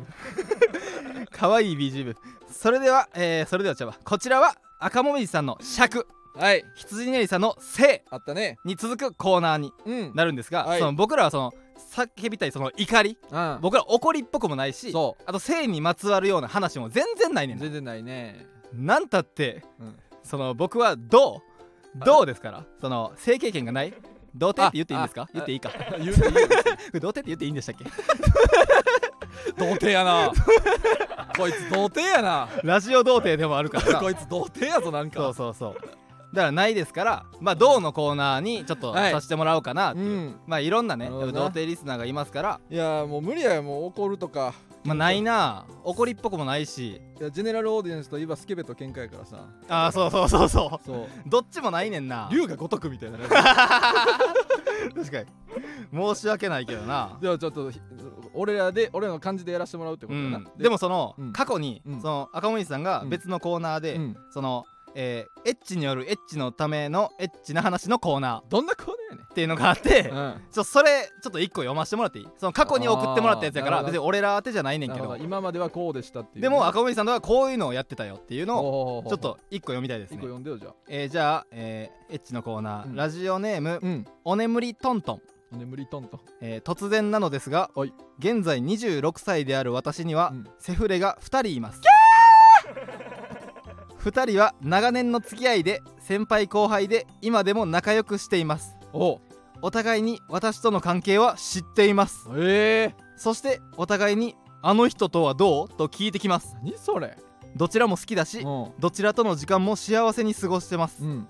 Speaker 1: ーかわいい BGM それでは、えー、それではちゃうわこちらは赤もみじさんの尺
Speaker 2: はい
Speaker 1: 羊ねりさんの性
Speaker 2: あったね
Speaker 1: に続くコーナーに
Speaker 2: うん
Speaker 1: なるんですが、
Speaker 2: はい
Speaker 1: その僕らはその叫びたいその怒り
Speaker 2: あ
Speaker 1: 僕ら怒りっぽくもないし
Speaker 2: そ
Speaker 1: あと性にまつわるような話も全然ないね
Speaker 2: うん
Speaker 1: な
Speaker 2: 全然ないね
Speaker 1: なんたって
Speaker 2: うん
Speaker 1: その僕はどうどうですからその性経験がない童貞って言っていいんです
Speaker 2: あ
Speaker 1: か
Speaker 2: あ
Speaker 1: 言っていいか こ
Speaker 2: 言うていいよ
Speaker 1: れ童貞って言っていいんでしたっけ
Speaker 2: 童貞やな こいつ童貞やな
Speaker 1: ラジオ童貞でもあるからな
Speaker 2: こいつ童貞やぞなんか
Speaker 1: そうそうそうだからないですからまあどうのコーナーにちょっと
Speaker 2: はい
Speaker 1: させてもらおうかなっていう、
Speaker 2: うん
Speaker 1: まあいろんなね
Speaker 2: な
Speaker 1: やっぱ
Speaker 2: るほどな
Speaker 1: 童貞リスナーがいますから
Speaker 2: いやもう無理やよもう怒るとか
Speaker 1: まあないな怒りっぽくもないし
Speaker 2: いやジェネラルオーディエンスといえばスケベと喧嘩やからさ
Speaker 1: ああそうそうそうそ
Speaker 2: そう
Speaker 1: う どっちもないねんな
Speaker 2: 龍が如くみたいなね
Speaker 1: 確かに申し訳ないけど な
Speaker 2: ではちょっとひ俺らで俺らの感じでやらせてもらうってこ
Speaker 1: う
Speaker 2: とやな、
Speaker 1: んでもその、
Speaker 2: うん
Speaker 1: 過去に、
Speaker 2: うん
Speaker 1: その赤森さんが別のコーナーで、
Speaker 2: うん
Speaker 1: その、えーエッチによるエッチのためのエッチな話のコーナーっ
Speaker 2: どんなコーナーやねん
Speaker 1: ていうのがあって、
Speaker 2: う
Speaker 1: ち
Speaker 2: ん
Speaker 1: ょそれちょっと一個読ませてもらっていいその過去に送ってもらったやつやか
Speaker 2: あ
Speaker 1: ら
Speaker 2: ーなるほど
Speaker 1: 別に俺ら宛てじゃないねんけ
Speaker 2: なる
Speaker 1: ど
Speaker 2: ほど今まではこうでしたっていうね、
Speaker 1: でも赤森さんとはこういうのをやってたよっていうのを
Speaker 2: の
Speaker 1: ちょっと一個読みたいです
Speaker 2: 一
Speaker 1: ね、
Speaker 2: 個読んでよじゃあ
Speaker 1: えーじゃあ、えーエッチのコーナー、
Speaker 2: うん
Speaker 1: ラジオネーム、
Speaker 2: うん
Speaker 1: お眠りトントン
Speaker 2: お眠りトントン
Speaker 1: えー突然なのですが
Speaker 2: はい
Speaker 1: 現在26歳である私には、
Speaker 2: うん
Speaker 1: セフレが2人います2人は長年の付き合いで先輩後輩で今でも仲良くしています
Speaker 2: おう
Speaker 1: お互いに私との関係は知っています
Speaker 2: ええ
Speaker 1: そしてお互いに「あの人とはどう?」と聞いてきます
Speaker 2: 何それ
Speaker 1: どちらも好きだし
Speaker 2: う
Speaker 1: どちらとの時間も幸せに過ごしてます
Speaker 2: んうん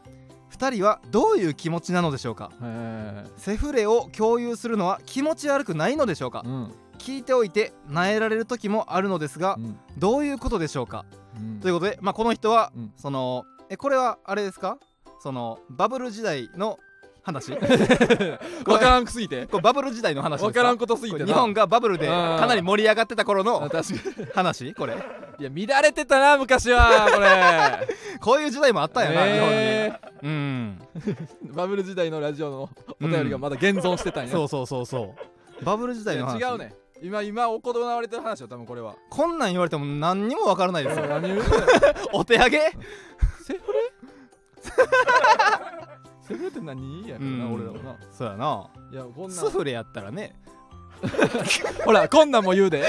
Speaker 1: 2人はどういう気持ちなのでしょうか
Speaker 2: へえ
Speaker 1: セフレを共有するのは気持ち悪くないのでしょうか
Speaker 2: うん
Speaker 1: 聞いておいてなえられる時もあるのですが
Speaker 2: うん
Speaker 1: どういうことでしょうか
Speaker 2: うん
Speaker 1: ということで、まあ、この人は、
Speaker 2: うん
Speaker 1: そのえこれはあれですかそのバブル時代の話
Speaker 2: わからんくすぎて
Speaker 1: これバブル時代の話です
Speaker 2: わからんことすぎ
Speaker 1: こ
Speaker 2: て
Speaker 1: れ
Speaker 2: な
Speaker 1: 日本がバブルでかなり盛り上がってた頃
Speaker 2: あ
Speaker 1: の
Speaker 2: 確かに
Speaker 1: 話これ
Speaker 2: いや乱れてたな昔はこれ
Speaker 1: こういう時代もあったよな、
Speaker 2: ね
Speaker 1: 日本にうん
Speaker 2: えバブル時代のラジオのお便りがまだ現存してたんや、
Speaker 1: そうそうそうそうバブル時代の話
Speaker 2: いや違うね今今行われてる話よ多分これは
Speaker 1: こんなん言われても何にもわからないですよ
Speaker 2: 何言う
Speaker 1: お手上げ
Speaker 2: セフレセフレって何やろな、
Speaker 1: うん
Speaker 2: 俺らもな
Speaker 1: そうやない
Speaker 2: やこんな
Speaker 1: ス
Speaker 2: ん
Speaker 1: フレやったらね
Speaker 2: ほらこんなんも言うで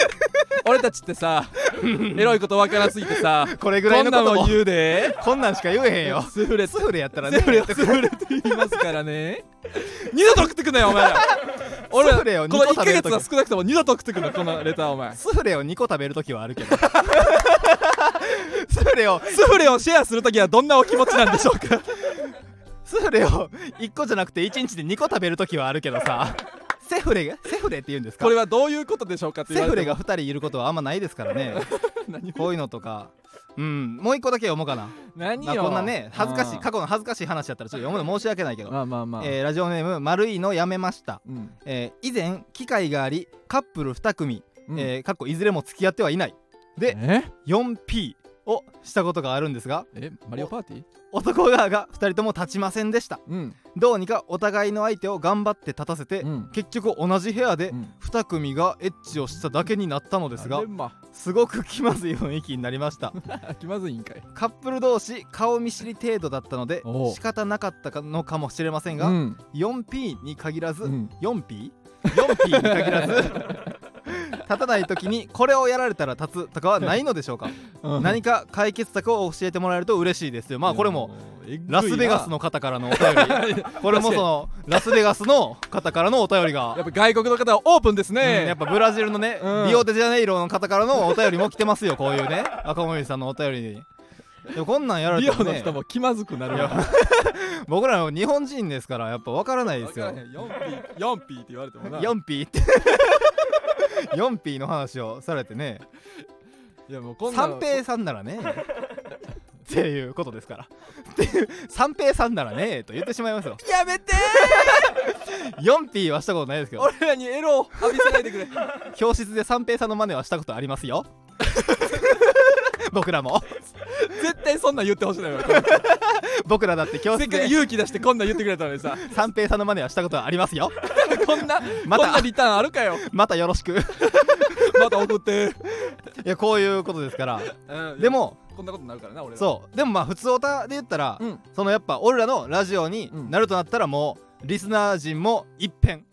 Speaker 2: 俺たちっ てさエロいことわからすぎてさ
Speaker 1: これぐら
Speaker 2: こ
Speaker 1: い
Speaker 2: ん
Speaker 1: の
Speaker 2: な
Speaker 1: こ
Speaker 2: ん
Speaker 1: と
Speaker 2: も
Speaker 1: も
Speaker 2: 言うで
Speaker 1: こんなんしか言えへんよ
Speaker 2: スフレって
Speaker 1: スフレやったらね
Speaker 2: セフレってスフレって言いますからね二度と食ってくなよお前ら俺ら
Speaker 1: スフレを二
Speaker 2: こ
Speaker 1: 個
Speaker 2: の1ヶ
Speaker 1: 食べる
Speaker 2: 月
Speaker 1: 時
Speaker 2: は少なくとも二度と食ってくなこのレターお前
Speaker 1: スフレを2個食べるときはあるけ どスフレを
Speaker 2: スフレをシェアするときはどんなお気持ちなんでしょうか
Speaker 1: スフレを1個じゃなくて1日で2個食べるときはあるけどさセフレがセフレって言うんですか
Speaker 2: これはどういうことでしょうかって言
Speaker 1: セ
Speaker 2: われ
Speaker 1: フ
Speaker 2: て
Speaker 1: レが
Speaker 2: も
Speaker 1: 2人いることはあんまないですからね
Speaker 2: 何
Speaker 1: こういうのとかうんもう1個だけ読もうかな
Speaker 2: 何
Speaker 1: まあ
Speaker 2: よ
Speaker 1: こんなね恥ずかし
Speaker 2: う
Speaker 1: い
Speaker 2: ん
Speaker 1: 過去の恥ずかしい話やったらちょっと読むの申し訳ないけど、
Speaker 2: まあまあまあ、
Speaker 1: えーラジオネーム「丸いのやめました」
Speaker 2: うん
Speaker 1: えー以前機会がありカップル2組、
Speaker 2: うん
Speaker 1: えーかっこいずれも付き合ってはいないで
Speaker 2: え
Speaker 1: 4P をしたことがあるんですが
Speaker 2: えマリオパーティー
Speaker 1: 男側が2人とも立ちませんでした
Speaker 2: うん
Speaker 1: どうにかお互いの相手を頑張って立たせて、
Speaker 2: うん
Speaker 1: 結局同じ部屋で
Speaker 2: うん
Speaker 1: 2組がエッチをしただけになったのです
Speaker 2: あ
Speaker 1: が
Speaker 2: れます
Speaker 1: ごく気まずい雰囲気になりました
Speaker 2: あ気まずいんかい
Speaker 1: カップル同士顔見知り程度だったので
Speaker 2: おう
Speaker 1: 仕方なかったかのかもしれませんが、
Speaker 2: ん
Speaker 1: 4P に限らず、
Speaker 2: うん
Speaker 1: 4P?4P に限ら ず立たない時にこれをやられたら立つとかはないのでしょうか
Speaker 2: うん
Speaker 1: 何か解決策を教えてもらえると嬉しいですよまあこれも
Speaker 2: えぐいな
Speaker 1: ラスベガ スの方からのお便りこれもそのラスベガスの方からのお便りが
Speaker 2: やっぱ外国の方はオープンですね、
Speaker 1: うんやっぱブラジルのね、
Speaker 2: うん
Speaker 1: リオデジャネイロの方からのお便りも来てますよこういうね赤森さんのお便りにでもこんなんやられ
Speaker 2: リ
Speaker 1: て
Speaker 2: オ
Speaker 1: も
Speaker 2: の
Speaker 1: ね
Speaker 2: 人も気まずくなる
Speaker 1: い
Speaker 2: わ
Speaker 1: や僕らは日本人ですからやっぱ分からないですよ
Speaker 2: わからへん 4P, 4P って言われてもな
Speaker 1: 4P って 4P の話をされてね
Speaker 2: いやもうこんなの
Speaker 1: 三平さんならねっていうことですからっていう三平さんならねと言ってしまいますよ
Speaker 2: やめて
Speaker 1: 4P はしたことないですけど
Speaker 2: 俺らにエロを浴びせないでくれ
Speaker 1: 教室で三平さんの真似はしたことあります よ僕らも
Speaker 2: 絶対そんなん言ってほしいのよ
Speaker 1: 僕らだって教
Speaker 2: せ
Speaker 1: 室
Speaker 2: っか
Speaker 1: で
Speaker 2: く勇気出してこんなん言ってくれたのにさ
Speaker 1: 三平さんの真似はしたことはありますよ
Speaker 2: こんな、
Speaker 1: ま
Speaker 2: こんな
Speaker 1: た
Speaker 2: リターンあ るかよ
Speaker 1: またよろしくい
Speaker 2: また送って、
Speaker 1: やこういうことですから
Speaker 2: うん
Speaker 1: でも
Speaker 2: こんなことになるからな俺ら
Speaker 1: そうでもまあ普通オタで言ったら、
Speaker 2: うん
Speaker 1: そのやっぱ俺らのラジオに
Speaker 2: うん
Speaker 1: なるとなったらもうリスナー陣も一変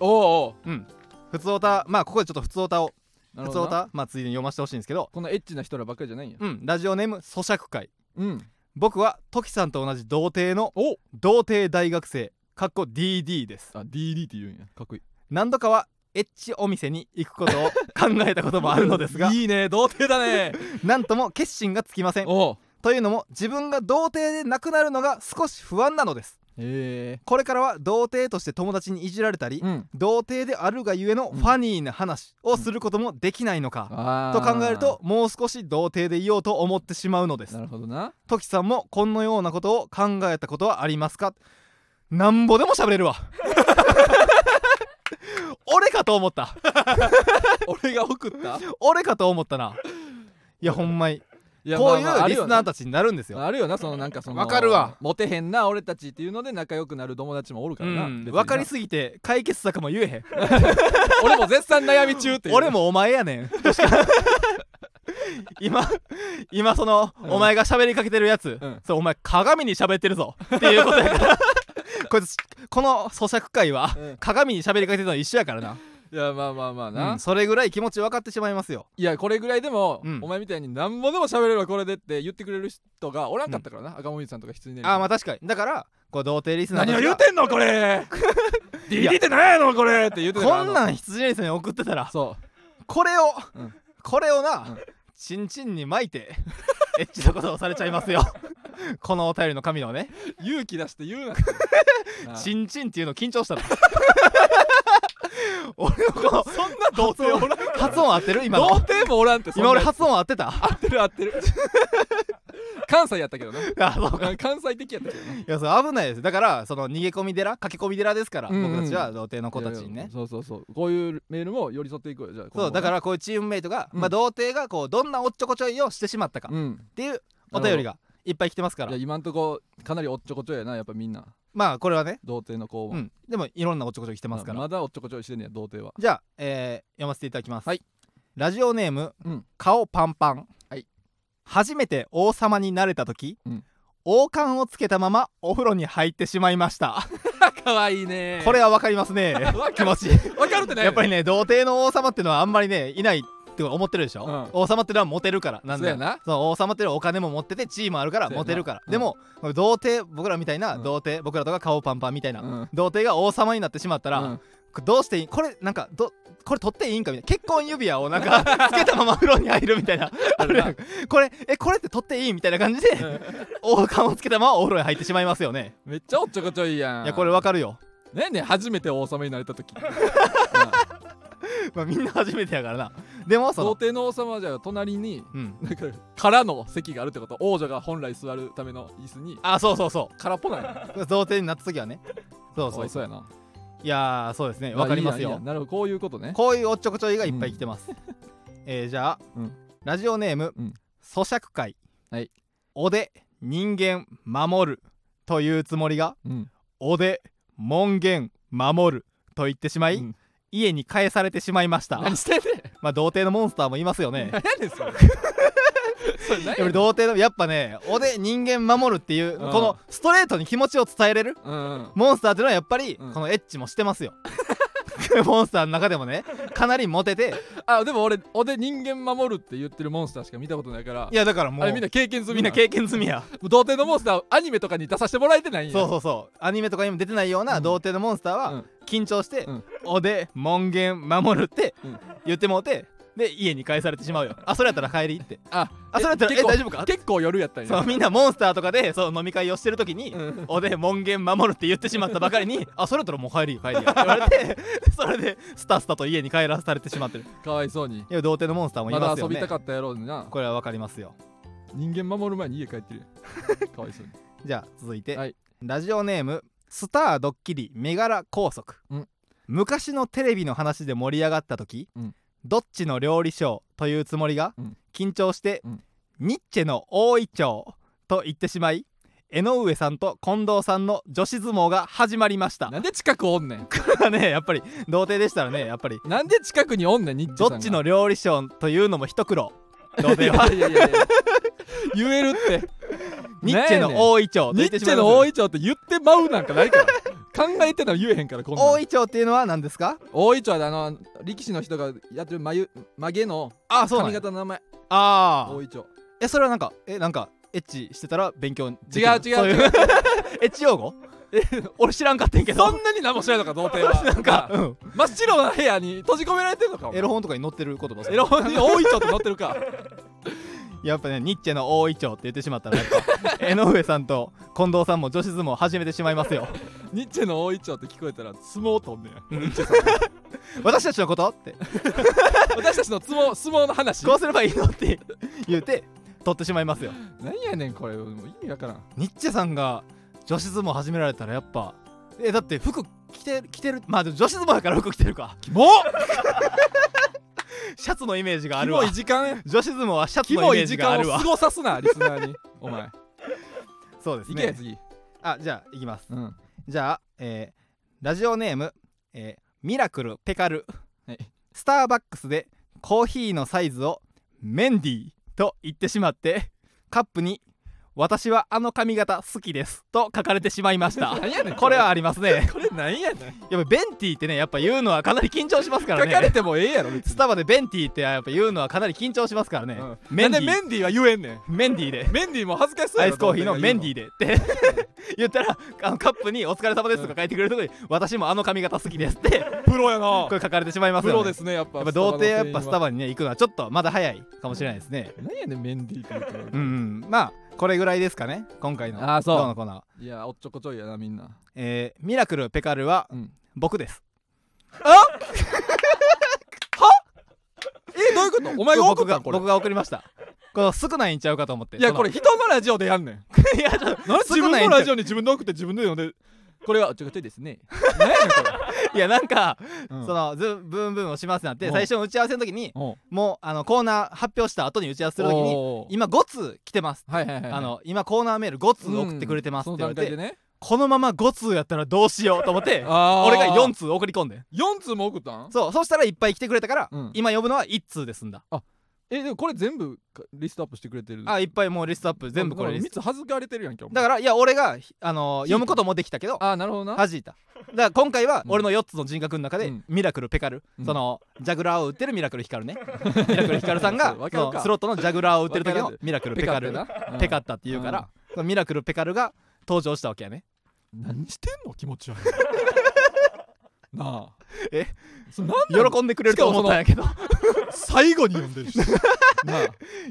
Speaker 2: おうおう
Speaker 1: うん普通オタまあここでちょっと普通オタを
Speaker 2: な
Speaker 1: 普
Speaker 2: るほ
Speaker 1: 通
Speaker 2: ど
Speaker 1: オ
Speaker 2: な
Speaker 1: タまあついでに読ませてほしいんですけど
Speaker 2: こんなエッチな人らばっかりじゃないんや
Speaker 1: うんラジオネーム咀嚼会
Speaker 2: うん
Speaker 1: 僕はトキさんと同じ童貞の
Speaker 2: お
Speaker 1: 童貞大学生かっこ DD です
Speaker 2: あ DD って言うんやかっこいい
Speaker 1: 何度かはエッチお店に行くことを考えたこともあるのですが
Speaker 2: いいね童貞だ ね
Speaker 1: なんとも決心がつきません
Speaker 2: おう
Speaker 1: というのも自分が童貞でなくなるのが少し不安なのです
Speaker 2: へ
Speaker 1: これからは童貞として友達にいじられたり
Speaker 2: えうん
Speaker 1: 童貞であるがゆえのファニーな話をすることもできないのか、
Speaker 2: あ
Speaker 1: と
Speaker 2: ー
Speaker 1: 考えるともう少し童貞でいようと思ってしまうのです
Speaker 2: なるほど な
Speaker 1: トキさんもこのようなことを考えたことはありますかなんぼでも喋れる わ俺かと思った
Speaker 2: 俺が送ったい
Speaker 1: 俺かと思ったないやほんまに
Speaker 2: や
Speaker 1: こうい
Speaker 2: まあま
Speaker 1: う
Speaker 2: ああ
Speaker 1: リ
Speaker 2: る
Speaker 1: ス
Speaker 2: よ
Speaker 1: ナ
Speaker 2: な
Speaker 1: ーたちになるんですよ、
Speaker 2: あるよなそのなんかその
Speaker 1: わかるわ
Speaker 2: モテへんな俺たちっていうので仲良くなる友達もおるからな、
Speaker 1: うん
Speaker 2: 別にな
Speaker 1: 分かりすぎて解決策も言えへん
Speaker 2: 俺も絶賛悩み中っていう
Speaker 1: 俺もお前やね ん今今その、
Speaker 2: うん
Speaker 1: お前が喋りかけてるやつ、
Speaker 2: うん
Speaker 1: そうお前鏡に喋ってるぞっていうことやから こいつこの咀嚼会は、
Speaker 2: うん
Speaker 1: 鏡に喋りかけてるの一緒やからない
Speaker 2: やまあまあまあな、
Speaker 1: うんそれぐらい気持ち分かってしまいますよ
Speaker 2: いやこれぐらいでも、
Speaker 1: うん
Speaker 2: お前みたいに何ぼでも喋れるわこれでって言ってくれる人がおらんかったからな、赤森さんとか羊ね
Speaker 1: ああまあ確かにだからこう童貞リスナー
Speaker 2: 何
Speaker 1: の
Speaker 2: を
Speaker 1: 人
Speaker 2: 言
Speaker 1: が
Speaker 2: うてんの これ DD って何やのこれって言うてたから
Speaker 1: こん
Speaker 2: あ
Speaker 1: なん羊ネリさんに送ってた
Speaker 2: の
Speaker 1: ら
Speaker 2: そ
Speaker 1: これを、
Speaker 2: うん
Speaker 1: これをな、
Speaker 2: うん
Speaker 1: ちん、チンチンに巻いてエッチなことをされちゃいます よこのお便りの神のね
Speaker 2: う勇気出して言うななあ
Speaker 1: チンチンっていうの緊張したの 俺のこの
Speaker 2: そんな童貞おらんから
Speaker 1: 発音合ってる今
Speaker 2: 童
Speaker 1: の
Speaker 2: 貞もおらんってそんな
Speaker 1: 今俺発音合ってた
Speaker 2: 合ってる合ってる 関西やったけどな
Speaker 1: あそうか
Speaker 2: うん関西的やったけどない
Speaker 1: やそれ危 ないですだからその逃げ込み寺駆け込み寺ですから、
Speaker 2: うんうん
Speaker 1: 僕たちは童貞の子たちに
Speaker 2: いやい
Speaker 1: ね
Speaker 2: やそうそうそうこういうメールも寄り添っていこうよじゃあ今後
Speaker 1: そ
Speaker 2: は
Speaker 1: うだからこういうチームメイトが、
Speaker 2: うん
Speaker 1: まあ、童貞がこうどんなおっちょこちょいをしてしまったかっ
Speaker 2: うん
Speaker 1: ていうお便りがいっぱい来てますか
Speaker 2: い
Speaker 1: ら
Speaker 2: や今んとこかなりおっちょこちょいやなやっぱみんな
Speaker 1: まあこれはね、
Speaker 2: 童貞の子
Speaker 1: う
Speaker 2: も
Speaker 1: ん、でもいろんなおっちょこちょい来てますから、
Speaker 2: まだおっちょこちょいしてんねや童貞は
Speaker 1: じゃあ、えー読ませていただきます、
Speaker 2: はい
Speaker 1: ラジオネーム、
Speaker 2: うん
Speaker 1: 顔パンパン、
Speaker 2: はい
Speaker 1: 初めて王様になれた時、
Speaker 2: うん
Speaker 1: 王冠をつけたままお風呂に入ってしまいました、
Speaker 2: かわいいね
Speaker 1: これはわかりますね 気持ちいい
Speaker 2: わかるってね
Speaker 1: やっぱりね童貞の王様ってのはあんまりねいないって思ってるでしょ、
Speaker 2: うん
Speaker 1: 王様ってのはモテるからなんだよ
Speaker 2: そうやな
Speaker 1: そう王様ってのはお金も持ってて地位もあるから
Speaker 2: そうやな
Speaker 1: モテるから
Speaker 2: うん
Speaker 1: でも、童貞僕らみたいな
Speaker 2: うん
Speaker 1: 童貞、僕らとか顔パンパンみたいな、
Speaker 2: うん
Speaker 1: 童貞が王様になってしまったら、
Speaker 2: うん
Speaker 1: どうしていいこれなんかどこれ取っていいんかみたいな結婚指輪をなん かつけたまま風呂に入るみたいなあるやんこれえこれって取っていいみたいな感じで、王冠をつけたままお風呂に入ってしまいますよね
Speaker 2: めっちゃおっちょこちょいやん
Speaker 1: いやこれわかるよ、
Speaker 2: ねえねえ初めて王様になれた時うん
Speaker 1: まあ、みんな初めてやからなでもそ
Speaker 2: 童
Speaker 1: の
Speaker 2: 貞の王様はじゃあ隣に
Speaker 1: うん
Speaker 2: なんか空の席があるってこと王女が本来座るための椅子に
Speaker 1: あそうそうそう
Speaker 2: 空っぽなんや
Speaker 1: 童貞になった時はねそうそう
Speaker 2: そ
Speaker 1: そうう
Speaker 2: やない
Speaker 1: やーそうですねわかりますよ
Speaker 2: いいやいいやなるほどこういうことね
Speaker 1: こういうおっちょこちょいがいっぱい来てます、えーじゃあ、
Speaker 2: うん
Speaker 1: ラジオネーム、
Speaker 2: うん
Speaker 1: 咀嚼会、
Speaker 2: はい
Speaker 1: おで人間守るというつもりが
Speaker 2: うん
Speaker 1: おで門限守ると言ってしまい、
Speaker 2: うん
Speaker 1: 家に返されてしまいました
Speaker 2: 何してんね
Speaker 1: まあ童貞のモンスターもいますよ
Speaker 2: ん
Speaker 1: ね
Speaker 2: 何やね んそれそれ何や
Speaker 1: やっぱり童貞のやっぱねおで人間守るっていう、
Speaker 2: うん
Speaker 1: このストレートに気持ちを伝えれる
Speaker 2: うん
Speaker 1: モンスターっていうのはやっぱり、
Speaker 2: うん
Speaker 1: このエッチもしてますよ モンスターの中でもねかなりモテて
Speaker 2: あでも俺おで人間守るって言ってるモンスターしか見たことないから
Speaker 1: いやだからも
Speaker 2: あ
Speaker 1: う
Speaker 2: れみんな経験済み
Speaker 1: みんな経験済みや
Speaker 2: 童貞のモンスターアニメとかに出させてもらえてないんや
Speaker 1: そうそうそうアニメとかにも出てないよう
Speaker 2: う
Speaker 1: なん童貞のモンスター
Speaker 2: う
Speaker 1: は
Speaker 2: ん
Speaker 1: 緊張して
Speaker 2: うん
Speaker 1: 「おで門限守る」って
Speaker 2: うん
Speaker 1: 言ってもうてで家に帰されてしまうよあそれやったら帰りって
Speaker 2: あ
Speaker 1: あそれやったら
Speaker 2: 結
Speaker 1: え
Speaker 2: 構
Speaker 1: 大丈夫か
Speaker 2: 結構夜やったんや
Speaker 1: そうみんなモンスターとかでそう飲み会をしてる時に
Speaker 2: うん
Speaker 1: 「おで門限守る」って言ってしまったばかり に「あそれやったらもう帰りよ帰りよ」って言われてそれでスタスタと家に帰らされてしまってる
Speaker 2: かわいそうに
Speaker 1: いや童貞のモンスターもい
Speaker 2: まだ
Speaker 1: ます
Speaker 2: 遊
Speaker 1: よ
Speaker 2: び
Speaker 1: ね
Speaker 2: たかったやろうにな
Speaker 1: これはわかりますよ
Speaker 2: 人間守る前に家帰って るやんかわいそうに
Speaker 1: じゃあ続いて、
Speaker 2: はい
Speaker 1: ラジオネームスタードッキリ目柄拘束、
Speaker 2: うん
Speaker 1: 昔のテレビの話で盛り上がった時、
Speaker 2: うん
Speaker 1: どっちの料理ショーというつもりが、
Speaker 2: うん
Speaker 1: 緊張して、
Speaker 2: うん
Speaker 1: ニッチェの大イチョウと言ってしまい江上さんと近藤さんの女子相撲が始まりました
Speaker 2: なんで近くおんねん
Speaker 1: これは ねやっぱり童貞でしたらねやっぱり
Speaker 2: なんで近くにおんねんニッチ
Speaker 1: ど
Speaker 2: ェさんが
Speaker 1: っちの料理ショーというのも一苦労童貞 は
Speaker 2: いやいやいやいや言えるって
Speaker 1: ニッチェの大イチョウと言っ
Speaker 2: ニッ
Speaker 1: てし
Speaker 2: チ
Speaker 1: ま
Speaker 2: ェ
Speaker 1: いま
Speaker 2: の
Speaker 1: す
Speaker 2: 大イチョウって言ってまうなんかな いから考えてたら言えへんからこんなん
Speaker 1: 大イチョウっていうのは何ですか
Speaker 2: 大イチョウはあの力士の人がやってる眉曲げの
Speaker 1: あそうな
Speaker 2: 髪
Speaker 1: んや
Speaker 2: 型の名前
Speaker 1: ああ
Speaker 2: 大イチョウ
Speaker 1: えそれはなんかえなんかエッチしてたら勉強でき
Speaker 2: 違
Speaker 1: る
Speaker 2: う違う
Speaker 1: そういう エッチ用語 え俺知らんかってんけど
Speaker 2: そんなに何も知らんのか童貞はなん
Speaker 1: か、 うん、
Speaker 2: 真っ白な部屋に閉じ込められてるのかお前
Speaker 1: エロ本とかに載ってる言葉
Speaker 2: エロ本に大イチョウって載ってるか
Speaker 1: やっぱねニッチェの大イチョウって言ってしまったらやっ ぱ江上さんと近藤さんも女子相撲始めてしまい ますよ
Speaker 2: ニッチェの大イチョウって聞こえたら相撲とんねん
Speaker 1: 私たちのことって
Speaker 2: 私たちの相 撲相撲の話
Speaker 1: こうすればいいの って言うて取ってしまいますよ
Speaker 2: 何やねんこれもう意味わからん
Speaker 1: ニッチェさんが女子相撲始められたらやっぱえだって服着て着てるまあでも女子相撲やから服着てるか
Speaker 2: キモ
Speaker 1: シャツのイメージがあ
Speaker 2: キ
Speaker 1: る
Speaker 2: モ
Speaker 1: わ
Speaker 2: い 時間
Speaker 1: 女子相撲はシャツ
Speaker 2: キ
Speaker 1: のイ
Speaker 2: モ
Speaker 1: メー
Speaker 2: い
Speaker 1: ジ
Speaker 2: 時
Speaker 1: があ
Speaker 2: 間を
Speaker 1: るわ
Speaker 2: 過ごさすなリスナーにお前
Speaker 1: そうです
Speaker 2: い
Speaker 1: ね
Speaker 2: け次
Speaker 1: あじゃあいきます
Speaker 2: うん
Speaker 1: じゃあ、えーラジオネーム、えーミラクルペカル、
Speaker 2: はい
Speaker 1: スターバックスでコーヒーのサイズをメンディーと言ってしまってカップに「私はあの髪型好きです」と書かれてしまいまし た
Speaker 2: 何やねん
Speaker 1: これはありますね
Speaker 2: これ何やねん
Speaker 1: やっぱベンティーってねやっぱ言うのはかなり緊張しますから
Speaker 2: 書かれ
Speaker 1: ね
Speaker 2: てもええやろ別
Speaker 1: ス
Speaker 2: に
Speaker 1: タバでベンティーってやっぱ言うのはかなり緊張しますからね、
Speaker 2: うん
Speaker 1: メンデ
Speaker 2: な
Speaker 1: ィー
Speaker 2: んでメンディーは言えんねん
Speaker 1: メンディーで
Speaker 2: メンディーも恥ずかしそ
Speaker 1: ア
Speaker 2: うや
Speaker 1: イ
Speaker 2: ろ
Speaker 1: スコーヒーのメンディ
Speaker 2: ー
Speaker 1: ーでって 言ったらあのカップに「お疲れ様です」とか書いてくれるとこに「私もあの髪型好きです」っ て
Speaker 2: プロやな
Speaker 1: これ書かれてしまいます
Speaker 2: プ
Speaker 1: よ、ね、
Speaker 2: ロですねやっぱ
Speaker 1: やっぱ童貞やっぱスタ
Speaker 2: バ
Speaker 1: バにね行くのはちょっとまだ早いかもしれないですね
Speaker 2: 何やねんメンディーって言う
Speaker 1: う
Speaker 2: と
Speaker 1: ん、うん、まあこれぐらいですかね今回の
Speaker 2: あーそう
Speaker 1: どのコーナーは、
Speaker 2: いやおっちょこちょいやなみんな
Speaker 1: えーミラクルペカルは
Speaker 2: うん
Speaker 1: 僕です
Speaker 2: ういうことお前が送
Speaker 1: 僕
Speaker 2: った
Speaker 1: が
Speaker 2: んこれ
Speaker 1: 僕が送りましたこの少ないんちゃうかと思って
Speaker 2: い
Speaker 1: そ
Speaker 2: や
Speaker 1: の
Speaker 2: これ人のラジオでやんねん
Speaker 1: いやちょっ
Speaker 2: 何
Speaker 1: 少
Speaker 2: 自分
Speaker 1: ない
Speaker 2: の
Speaker 1: んちゃう
Speaker 2: ラジオに自分で送って自分で読んでこれはちょっとです ね何やねんこ
Speaker 1: といやなんか、
Speaker 2: れ、うん
Speaker 1: そのずブンブンをしますってなって
Speaker 2: うん
Speaker 1: 最初の打ち合わせの時に
Speaker 2: おう
Speaker 1: もうあのコーナー発表した後に打ち合わせする時に
Speaker 2: おう
Speaker 1: 今5通来てます
Speaker 2: はいはいはいはい
Speaker 1: あの今コーナーメール5通送ってくれてますって言われて、
Speaker 2: うんその段階でね
Speaker 1: このまま5通やったらどうしようと思って
Speaker 2: あー
Speaker 1: 俺が4通送り込んでん
Speaker 2: 四通も送ったん
Speaker 1: そうそしたらいっぱい来てくれたから、
Speaker 2: うん
Speaker 1: 今呼ぶのは1通で済んだ
Speaker 2: えでもこれ全部かリストアップしてくれてる
Speaker 1: あいっぱいもうリストアップ全部これリス
Speaker 2: 3
Speaker 1: ト
Speaker 2: つ恥ずかれてるやんけ
Speaker 1: だ
Speaker 2: ら
Speaker 1: からいや俺がひあのー
Speaker 2: いた
Speaker 1: 読むこともできたけど
Speaker 2: あーなるほどな
Speaker 1: 弾いただから今回は
Speaker 2: うん
Speaker 1: 俺の4つの人格の中で、
Speaker 2: うん
Speaker 1: ミラクルペカル、
Speaker 2: うん
Speaker 1: そのジャグラーを打ってるミラクルヒカル ねミラクルヒカルさんが
Speaker 2: わかるか
Speaker 1: そのスロットのジャグラーを打ってる時
Speaker 2: わ
Speaker 1: の
Speaker 2: かる
Speaker 1: ミラクルペカル
Speaker 2: って
Speaker 1: ペカッ
Speaker 2: な
Speaker 1: タって言うから、そのミラクルペカルが登場したわけやね
Speaker 2: うん何してんの気持ち悪い なあ
Speaker 1: え
Speaker 2: それなんなの
Speaker 1: 喜んでくれると思ったんや けどい
Speaker 2: 最後に読 んでるしなあ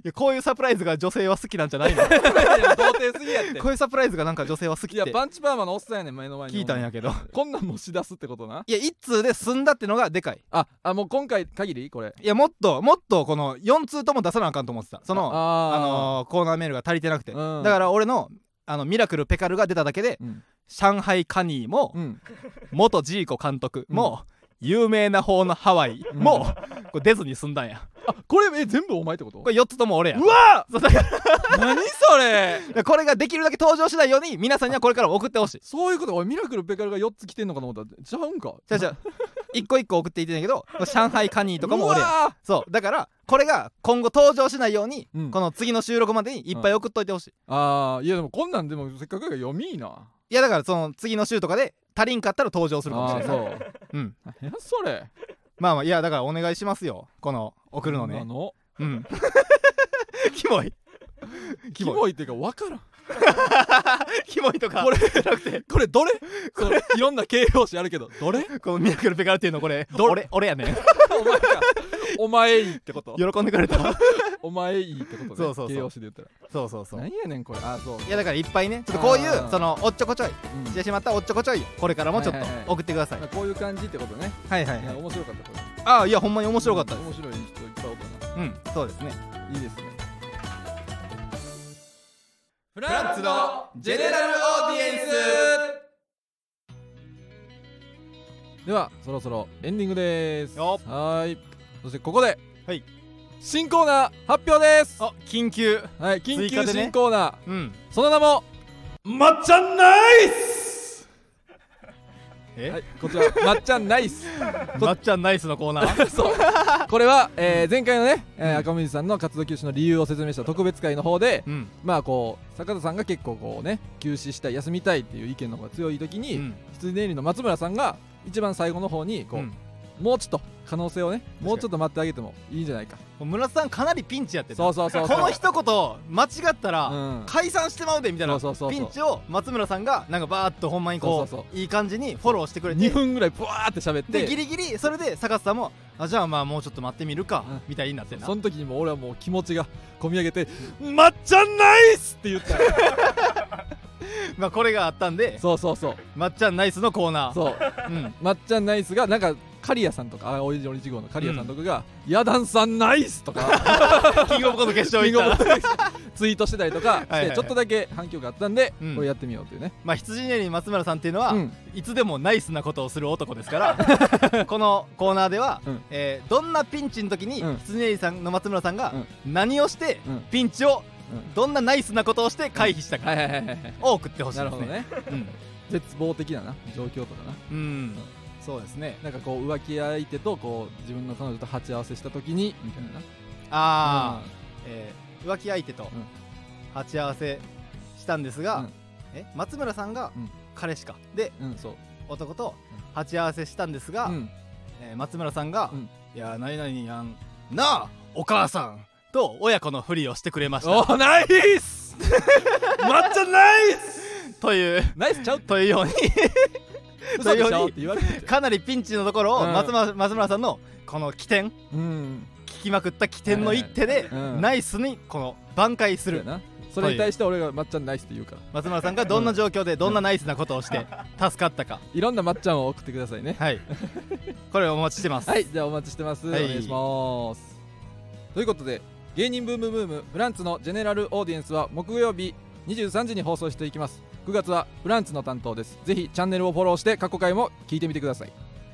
Speaker 1: やこういうサプライズが女性は好きなんじゃないのこ
Speaker 2: いや童貞すぎ やって
Speaker 1: ういうサプライズがなんか女性は好き
Speaker 2: い
Speaker 1: っ
Speaker 2: や
Speaker 1: て
Speaker 2: パンチパーマのおっさんやねん前の前に
Speaker 1: 聞いたんやけど
Speaker 2: こんなんもし出すってことない
Speaker 1: や1通で済んだってのがでかい
Speaker 2: ああもう今回限りこれ
Speaker 1: いやもっともっとこの4通とも出さなあかんと思ってたそのあ
Speaker 2: あ
Speaker 1: のーコーナーメールが足りてなくて、
Speaker 2: うん
Speaker 1: だから俺のあのミラクルペカルが出ただけで、
Speaker 2: ーうん
Speaker 1: 上海カニーも、
Speaker 2: うん
Speaker 1: 元ジーコ監督も、有名な方のハワイも、これ出ずに済んだんや
Speaker 2: あこれえ全部お前ってこと
Speaker 1: これ4つとも俺や
Speaker 2: うわ
Speaker 1: そうだか
Speaker 2: 何それ
Speaker 1: らこれができるだけ登場しないように皆さんにはこれからも送ってほしい
Speaker 2: そういうこと俺ミラクルペカルが4つ来てんのかと思ったらちゃうんか
Speaker 1: じゃあ じゃあ一個一個送っていってんやけど上海カニーとかも俺
Speaker 2: う
Speaker 1: や
Speaker 2: わ
Speaker 1: そうだからこれが今後登場しないように、
Speaker 2: うん
Speaker 1: この次の収録までにいっぱい送っといてほしい、
Speaker 2: ーあーいやでもこんなんでもせっかくやから読みいいない
Speaker 1: やだからその次の週とかで足りんかったら登場するかもしれ
Speaker 2: あ
Speaker 1: な
Speaker 2: ー
Speaker 1: い
Speaker 2: そう
Speaker 1: うん
Speaker 2: 何やそれ
Speaker 1: まあまあいやだからお願いしますよこの送るの
Speaker 2: な
Speaker 1: ね
Speaker 2: の
Speaker 1: うん キモい
Speaker 2: キ
Speaker 1: キモい
Speaker 2: モいっていうか分からん
Speaker 1: キモいとか
Speaker 2: こ
Speaker 1: こ
Speaker 2: れこれどれそのいろんな形容詞あるけど どれ
Speaker 1: れこのミラクルペカルっていうのこれ
Speaker 2: ど
Speaker 1: 俺俺やねん
Speaker 2: お前かお前いいってこと
Speaker 1: 喜んでくれ た
Speaker 2: お前いいってことね
Speaker 1: そうそうそう
Speaker 2: 形容詞で言ったら
Speaker 1: そうそうそう
Speaker 2: 何やねんこれあーそう
Speaker 1: いやだからいっぱいねちょっとこうい
Speaker 2: あー
Speaker 1: うそのおっちょこちょい
Speaker 2: うん
Speaker 1: してしまったおっちょこちょいこれからもちょっ
Speaker 2: はいはいはい
Speaker 1: と送ってください
Speaker 2: まあこういう感じってことね
Speaker 1: はいはい
Speaker 2: い
Speaker 1: は
Speaker 2: や
Speaker 1: い
Speaker 2: 面白かったこれ
Speaker 1: ああいやほんまに面白かったです
Speaker 2: 面白い人いっぱいおった
Speaker 1: うんそうですね
Speaker 2: ないいですねフ
Speaker 1: ランツのジェネラルオーディエン
Speaker 2: スではそろそろエンディングです
Speaker 1: よっ
Speaker 2: はーいそしてここで
Speaker 1: はい
Speaker 2: 新コーナー発表です
Speaker 1: あ緊急
Speaker 2: はい緊
Speaker 1: 追加
Speaker 2: 急
Speaker 1: でね
Speaker 2: 新コーナー
Speaker 1: うん
Speaker 2: その名もまっちゃんナイス
Speaker 1: え
Speaker 2: はいこちらまっちゃんナイ ス
Speaker 1: まっちゃんナイスのコーナ ー
Speaker 2: そうこれは、えー前回のね、えー
Speaker 1: うん
Speaker 2: 赤水さんの活動休止の理由を説明した特別会の方で、
Speaker 1: うん
Speaker 2: まあこう坂田さんが結構こうね休止したい休みたいっていう意見の方が強い時
Speaker 1: う
Speaker 2: に、
Speaker 1: ん
Speaker 2: 羊ネイリの松村さんが一番最後の方にこう、
Speaker 1: うん
Speaker 2: もうちょっと可能性をね
Speaker 1: に
Speaker 2: もうちょっと待ってあげてもいいんじゃないか
Speaker 1: もう村田さんかなりピンチやってた
Speaker 2: そうそうそうそ
Speaker 1: こ
Speaker 2: う
Speaker 1: の一言間違ったら、
Speaker 2: うん
Speaker 1: 解散してまうでみたいな
Speaker 2: そうそうそうそ
Speaker 1: ピ
Speaker 2: う
Speaker 1: ンチを松村さんがなんかバーッとほんまにこう
Speaker 2: そうそう
Speaker 1: いい感じにフォローしてくれて
Speaker 2: 2分ぐらいブワーって喋って
Speaker 1: でギリギリそれで坂田さんもあじゃあまあもうちょっと待ってみるか、
Speaker 2: うん
Speaker 1: みたいになってんな
Speaker 2: その時にもう俺はもう気持ちが込み上げて「まっちゃんナイス!」って言った
Speaker 1: まあこれがあったんで
Speaker 2: そうそうそう
Speaker 1: まっちゃんナイスのコーナー
Speaker 2: そう
Speaker 1: うん
Speaker 2: まっちゃんナイスがなんか刈谷さんとか青いオリジ号の刈谷さんとかが「ヤダンさんナイス!」とか
Speaker 1: キングオブコント決勝
Speaker 2: キン
Speaker 1: 行
Speaker 2: グオ
Speaker 1: っ
Speaker 2: ブ
Speaker 1: た
Speaker 2: コントツイートしてたりとかし
Speaker 1: はいはい
Speaker 2: て
Speaker 1: はい
Speaker 2: ちょっとだけ反響があったんで
Speaker 1: うん
Speaker 2: これやってみようっていうね
Speaker 1: まあ羊ねり松村さんっていうのは、
Speaker 2: うん
Speaker 1: いつでもナイスなことをする男ですから このコーナーでは、
Speaker 2: うん
Speaker 1: えーどんなピンチの時に、
Speaker 2: うん
Speaker 1: 羊ねりさんの松村さんが、
Speaker 2: うん
Speaker 1: 何をして、
Speaker 2: うん
Speaker 1: ピンチを
Speaker 2: うん
Speaker 1: どんなナイスなことをして回避したか
Speaker 2: はいはいはいはい
Speaker 1: を送ってほしい
Speaker 2: な
Speaker 1: で
Speaker 2: る
Speaker 1: す
Speaker 2: ほど
Speaker 1: ね。
Speaker 2: ね絶望的なな状況とかな
Speaker 1: うん、うんそうですね。
Speaker 2: なんかこう浮気相手とこう自分の彼女と鉢合わせした時にみたいなな
Speaker 1: ああ、えー浮気相手と
Speaker 2: ん
Speaker 1: 鉢合わせしたんですが、
Speaker 2: うん
Speaker 1: え松村さんが
Speaker 2: うん
Speaker 1: 彼氏か、で
Speaker 2: うんうんそう
Speaker 1: 男と
Speaker 2: う
Speaker 1: 鉢合わせしたんですが、
Speaker 2: うん
Speaker 1: えー松村さんが「
Speaker 2: うん
Speaker 1: いやー何々やんなあお母さん」と親子のふりをしてくれました
Speaker 2: おナイ スまっちゃんナイス
Speaker 1: という
Speaker 2: ナイスちゃう
Speaker 1: というよう に
Speaker 2: 嘘でしょって言われてる
Speaker 1: かなりピンチのところを
Speaker 2: うん
Speaker 1: 松,、松村さんのこの起点
Speaker 2: うん
Speaker 1: 聞きまくった起点の一手で、
Speaker 2: はいはいうん
Speaker 1: ナイスにこの挽回す
Speaker 2: する
Speaker 1: る
Speaker 2: よなそれに対して俺がまっちゃんナイスって言うから
Speaker 1: 松村さんがどんな状況でどんなナイスなことを して助かったか
Speaker 2: いろんなまっちゃんを送ってくださいね
Speaker 1: はいこれお待ちしてます
Speaker 2: はいじゃあお待ちしてます、
Speaker 1: はい
Speaker 2: お願いしますということで芸人ブームブームフランツのジェネラルオーディエンスは木曜日23時に放送していきます9月はフランツの担当ですぜひチャンネルをフォローして過去回も聞いてみてください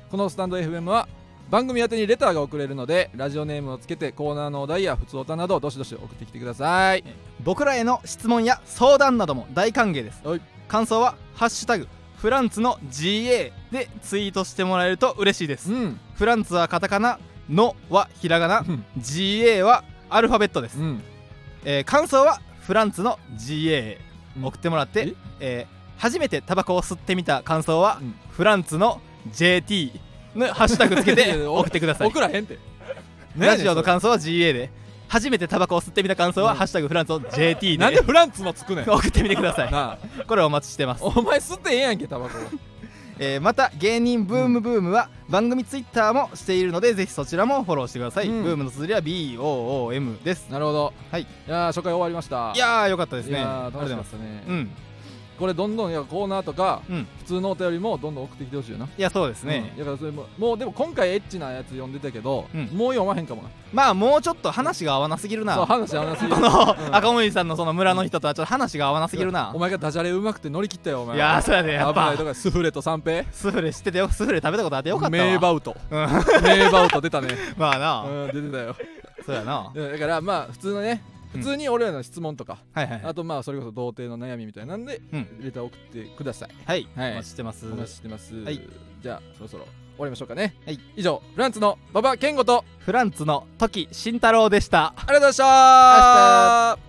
Speaker 2: このスタンド FM は番組宛てにレターが送れるのでラジオネームをつけてコーナーのお題や普通おたなどどしどし送ってきてください
Speaker 1: 僕らへの質問や相談なども大歓迎です、
Speaker 2: はい
Speaker 1: 感想は「ハッシュタグフランツの GA」でツイートしてもらえると嬉しいです、
Speaker 2: うん
Speaker 1: フランツはカタカナ「の」はひらがな GA はアルファベットです、
Speaker 2: うん
Speaker 1: えー感想はフランツの GA へ
Speaker 2: うん
Speaker 1: 送ってもらって、
Speaker 2: え
Speaker 1: えー初めてタバコを吸ってみた感想は、
Speaker 2: うん
Speaker 1: フランツの JT のハッシュタグつけ
Speaker 2: いやい
Speaker 1: て
Speaker 2: や
Speaker 1: 送ってください
Speaker 2: 送らへんて
Speaker 1: ラジオの感想は GA で初めてタバコを吸ってみた感想は、
Speaker 2: うん
Speaker 1: ハッシュタグフランツの JT
Speaker 2: なんで
Speaker 1: で
Speaker 2: フランツもつくねん な
Speaker 1: 送ってみてください
Speaker 2: あ
Speaker 1: これお待ちしてます、
Speaker 2: お前吸ってええやんけタバコ
Speaker 1: えーまた芸人ブームブームは番組ツイッターもしているのでぜひそちらもフォローしてください、
Speaker 2: うん
Speaker 1: ブームの綴りは BOOM です
Speaker 2: なるほど
Speaker 1: はい
Speaker 2: いやー初回終わりました
Speaker 1: いやーよかったですね
Speaker 2: いや
Speaker 1: あ
Speaker 2: ー
Speaker 1: りが
Speaker 2: 楽
Speaker 1: とう
Speaker 2: し
Speaker 1: ござ
Speaker 2: かっ
Speaker 1: い
Speaker 2: たね
Speaker 1: ますうん
Speaker 2: これどんどんいやコーナーとか
Speaker 1: うん
Speaker 2: 普通のお便りもどんどん送ってきてほしいよない
Speaker 1: やそうですね、
Speaker 2: うんだからそれももうでも今回エッチなやつ読んでたけど
Speaker 1: うん
Speaker 2: もう読まへんかもな
Speaker 1: まあもうちょっと話が合わなすぎるな
Speaker 2: そう話合わなすぎる
Speaker 1: この、
Speaker 2: うん
Speaker 1: 赤森さんのその村の人とはちょっと話が合わなすぎるな
Speaker 2: お前がダジャレうまくて乗り切ったよお前
Speaker 1: いやーそうやでやっ
Speaker 2: 危ない
Speaker 1: ぱ
Speaker 2: とかスフレと三平
Speaker 1: スフレ知っててよスフレ食べたことあってよかったわ
Speaker 2: 名バウト
Speaker 1: うん
Speaker 2: 名バウト 出たね
Speaker 1: まあな、
Speaker 2: うん出てたよ
Speaker 1: そうやな
Speaker 2: うんだからまあ普通のね
Speaker 1: うん
Speaker 2: 普通に俺らの質問とか
Speaker 1: はいはい
Speaker 2: あとまあそれこそ童貞の悩みみたいなんで
Speaker 1: うん
Speaker 2: レター送ってください
Speaker 1: はい、
Speaker 2: はい
Speaker 1: お待ちしてます
Speaker 2: お待ちしてます
Speaker 1: はい
Speaker 2: じゃあそろそろ終わりましょうかね
Speaker 1: はい
Speaker 2: 以上フランツの馬場健吾と
Speaker 1: フランツの時慎太郎でした
Speaker 2: ありがとうございました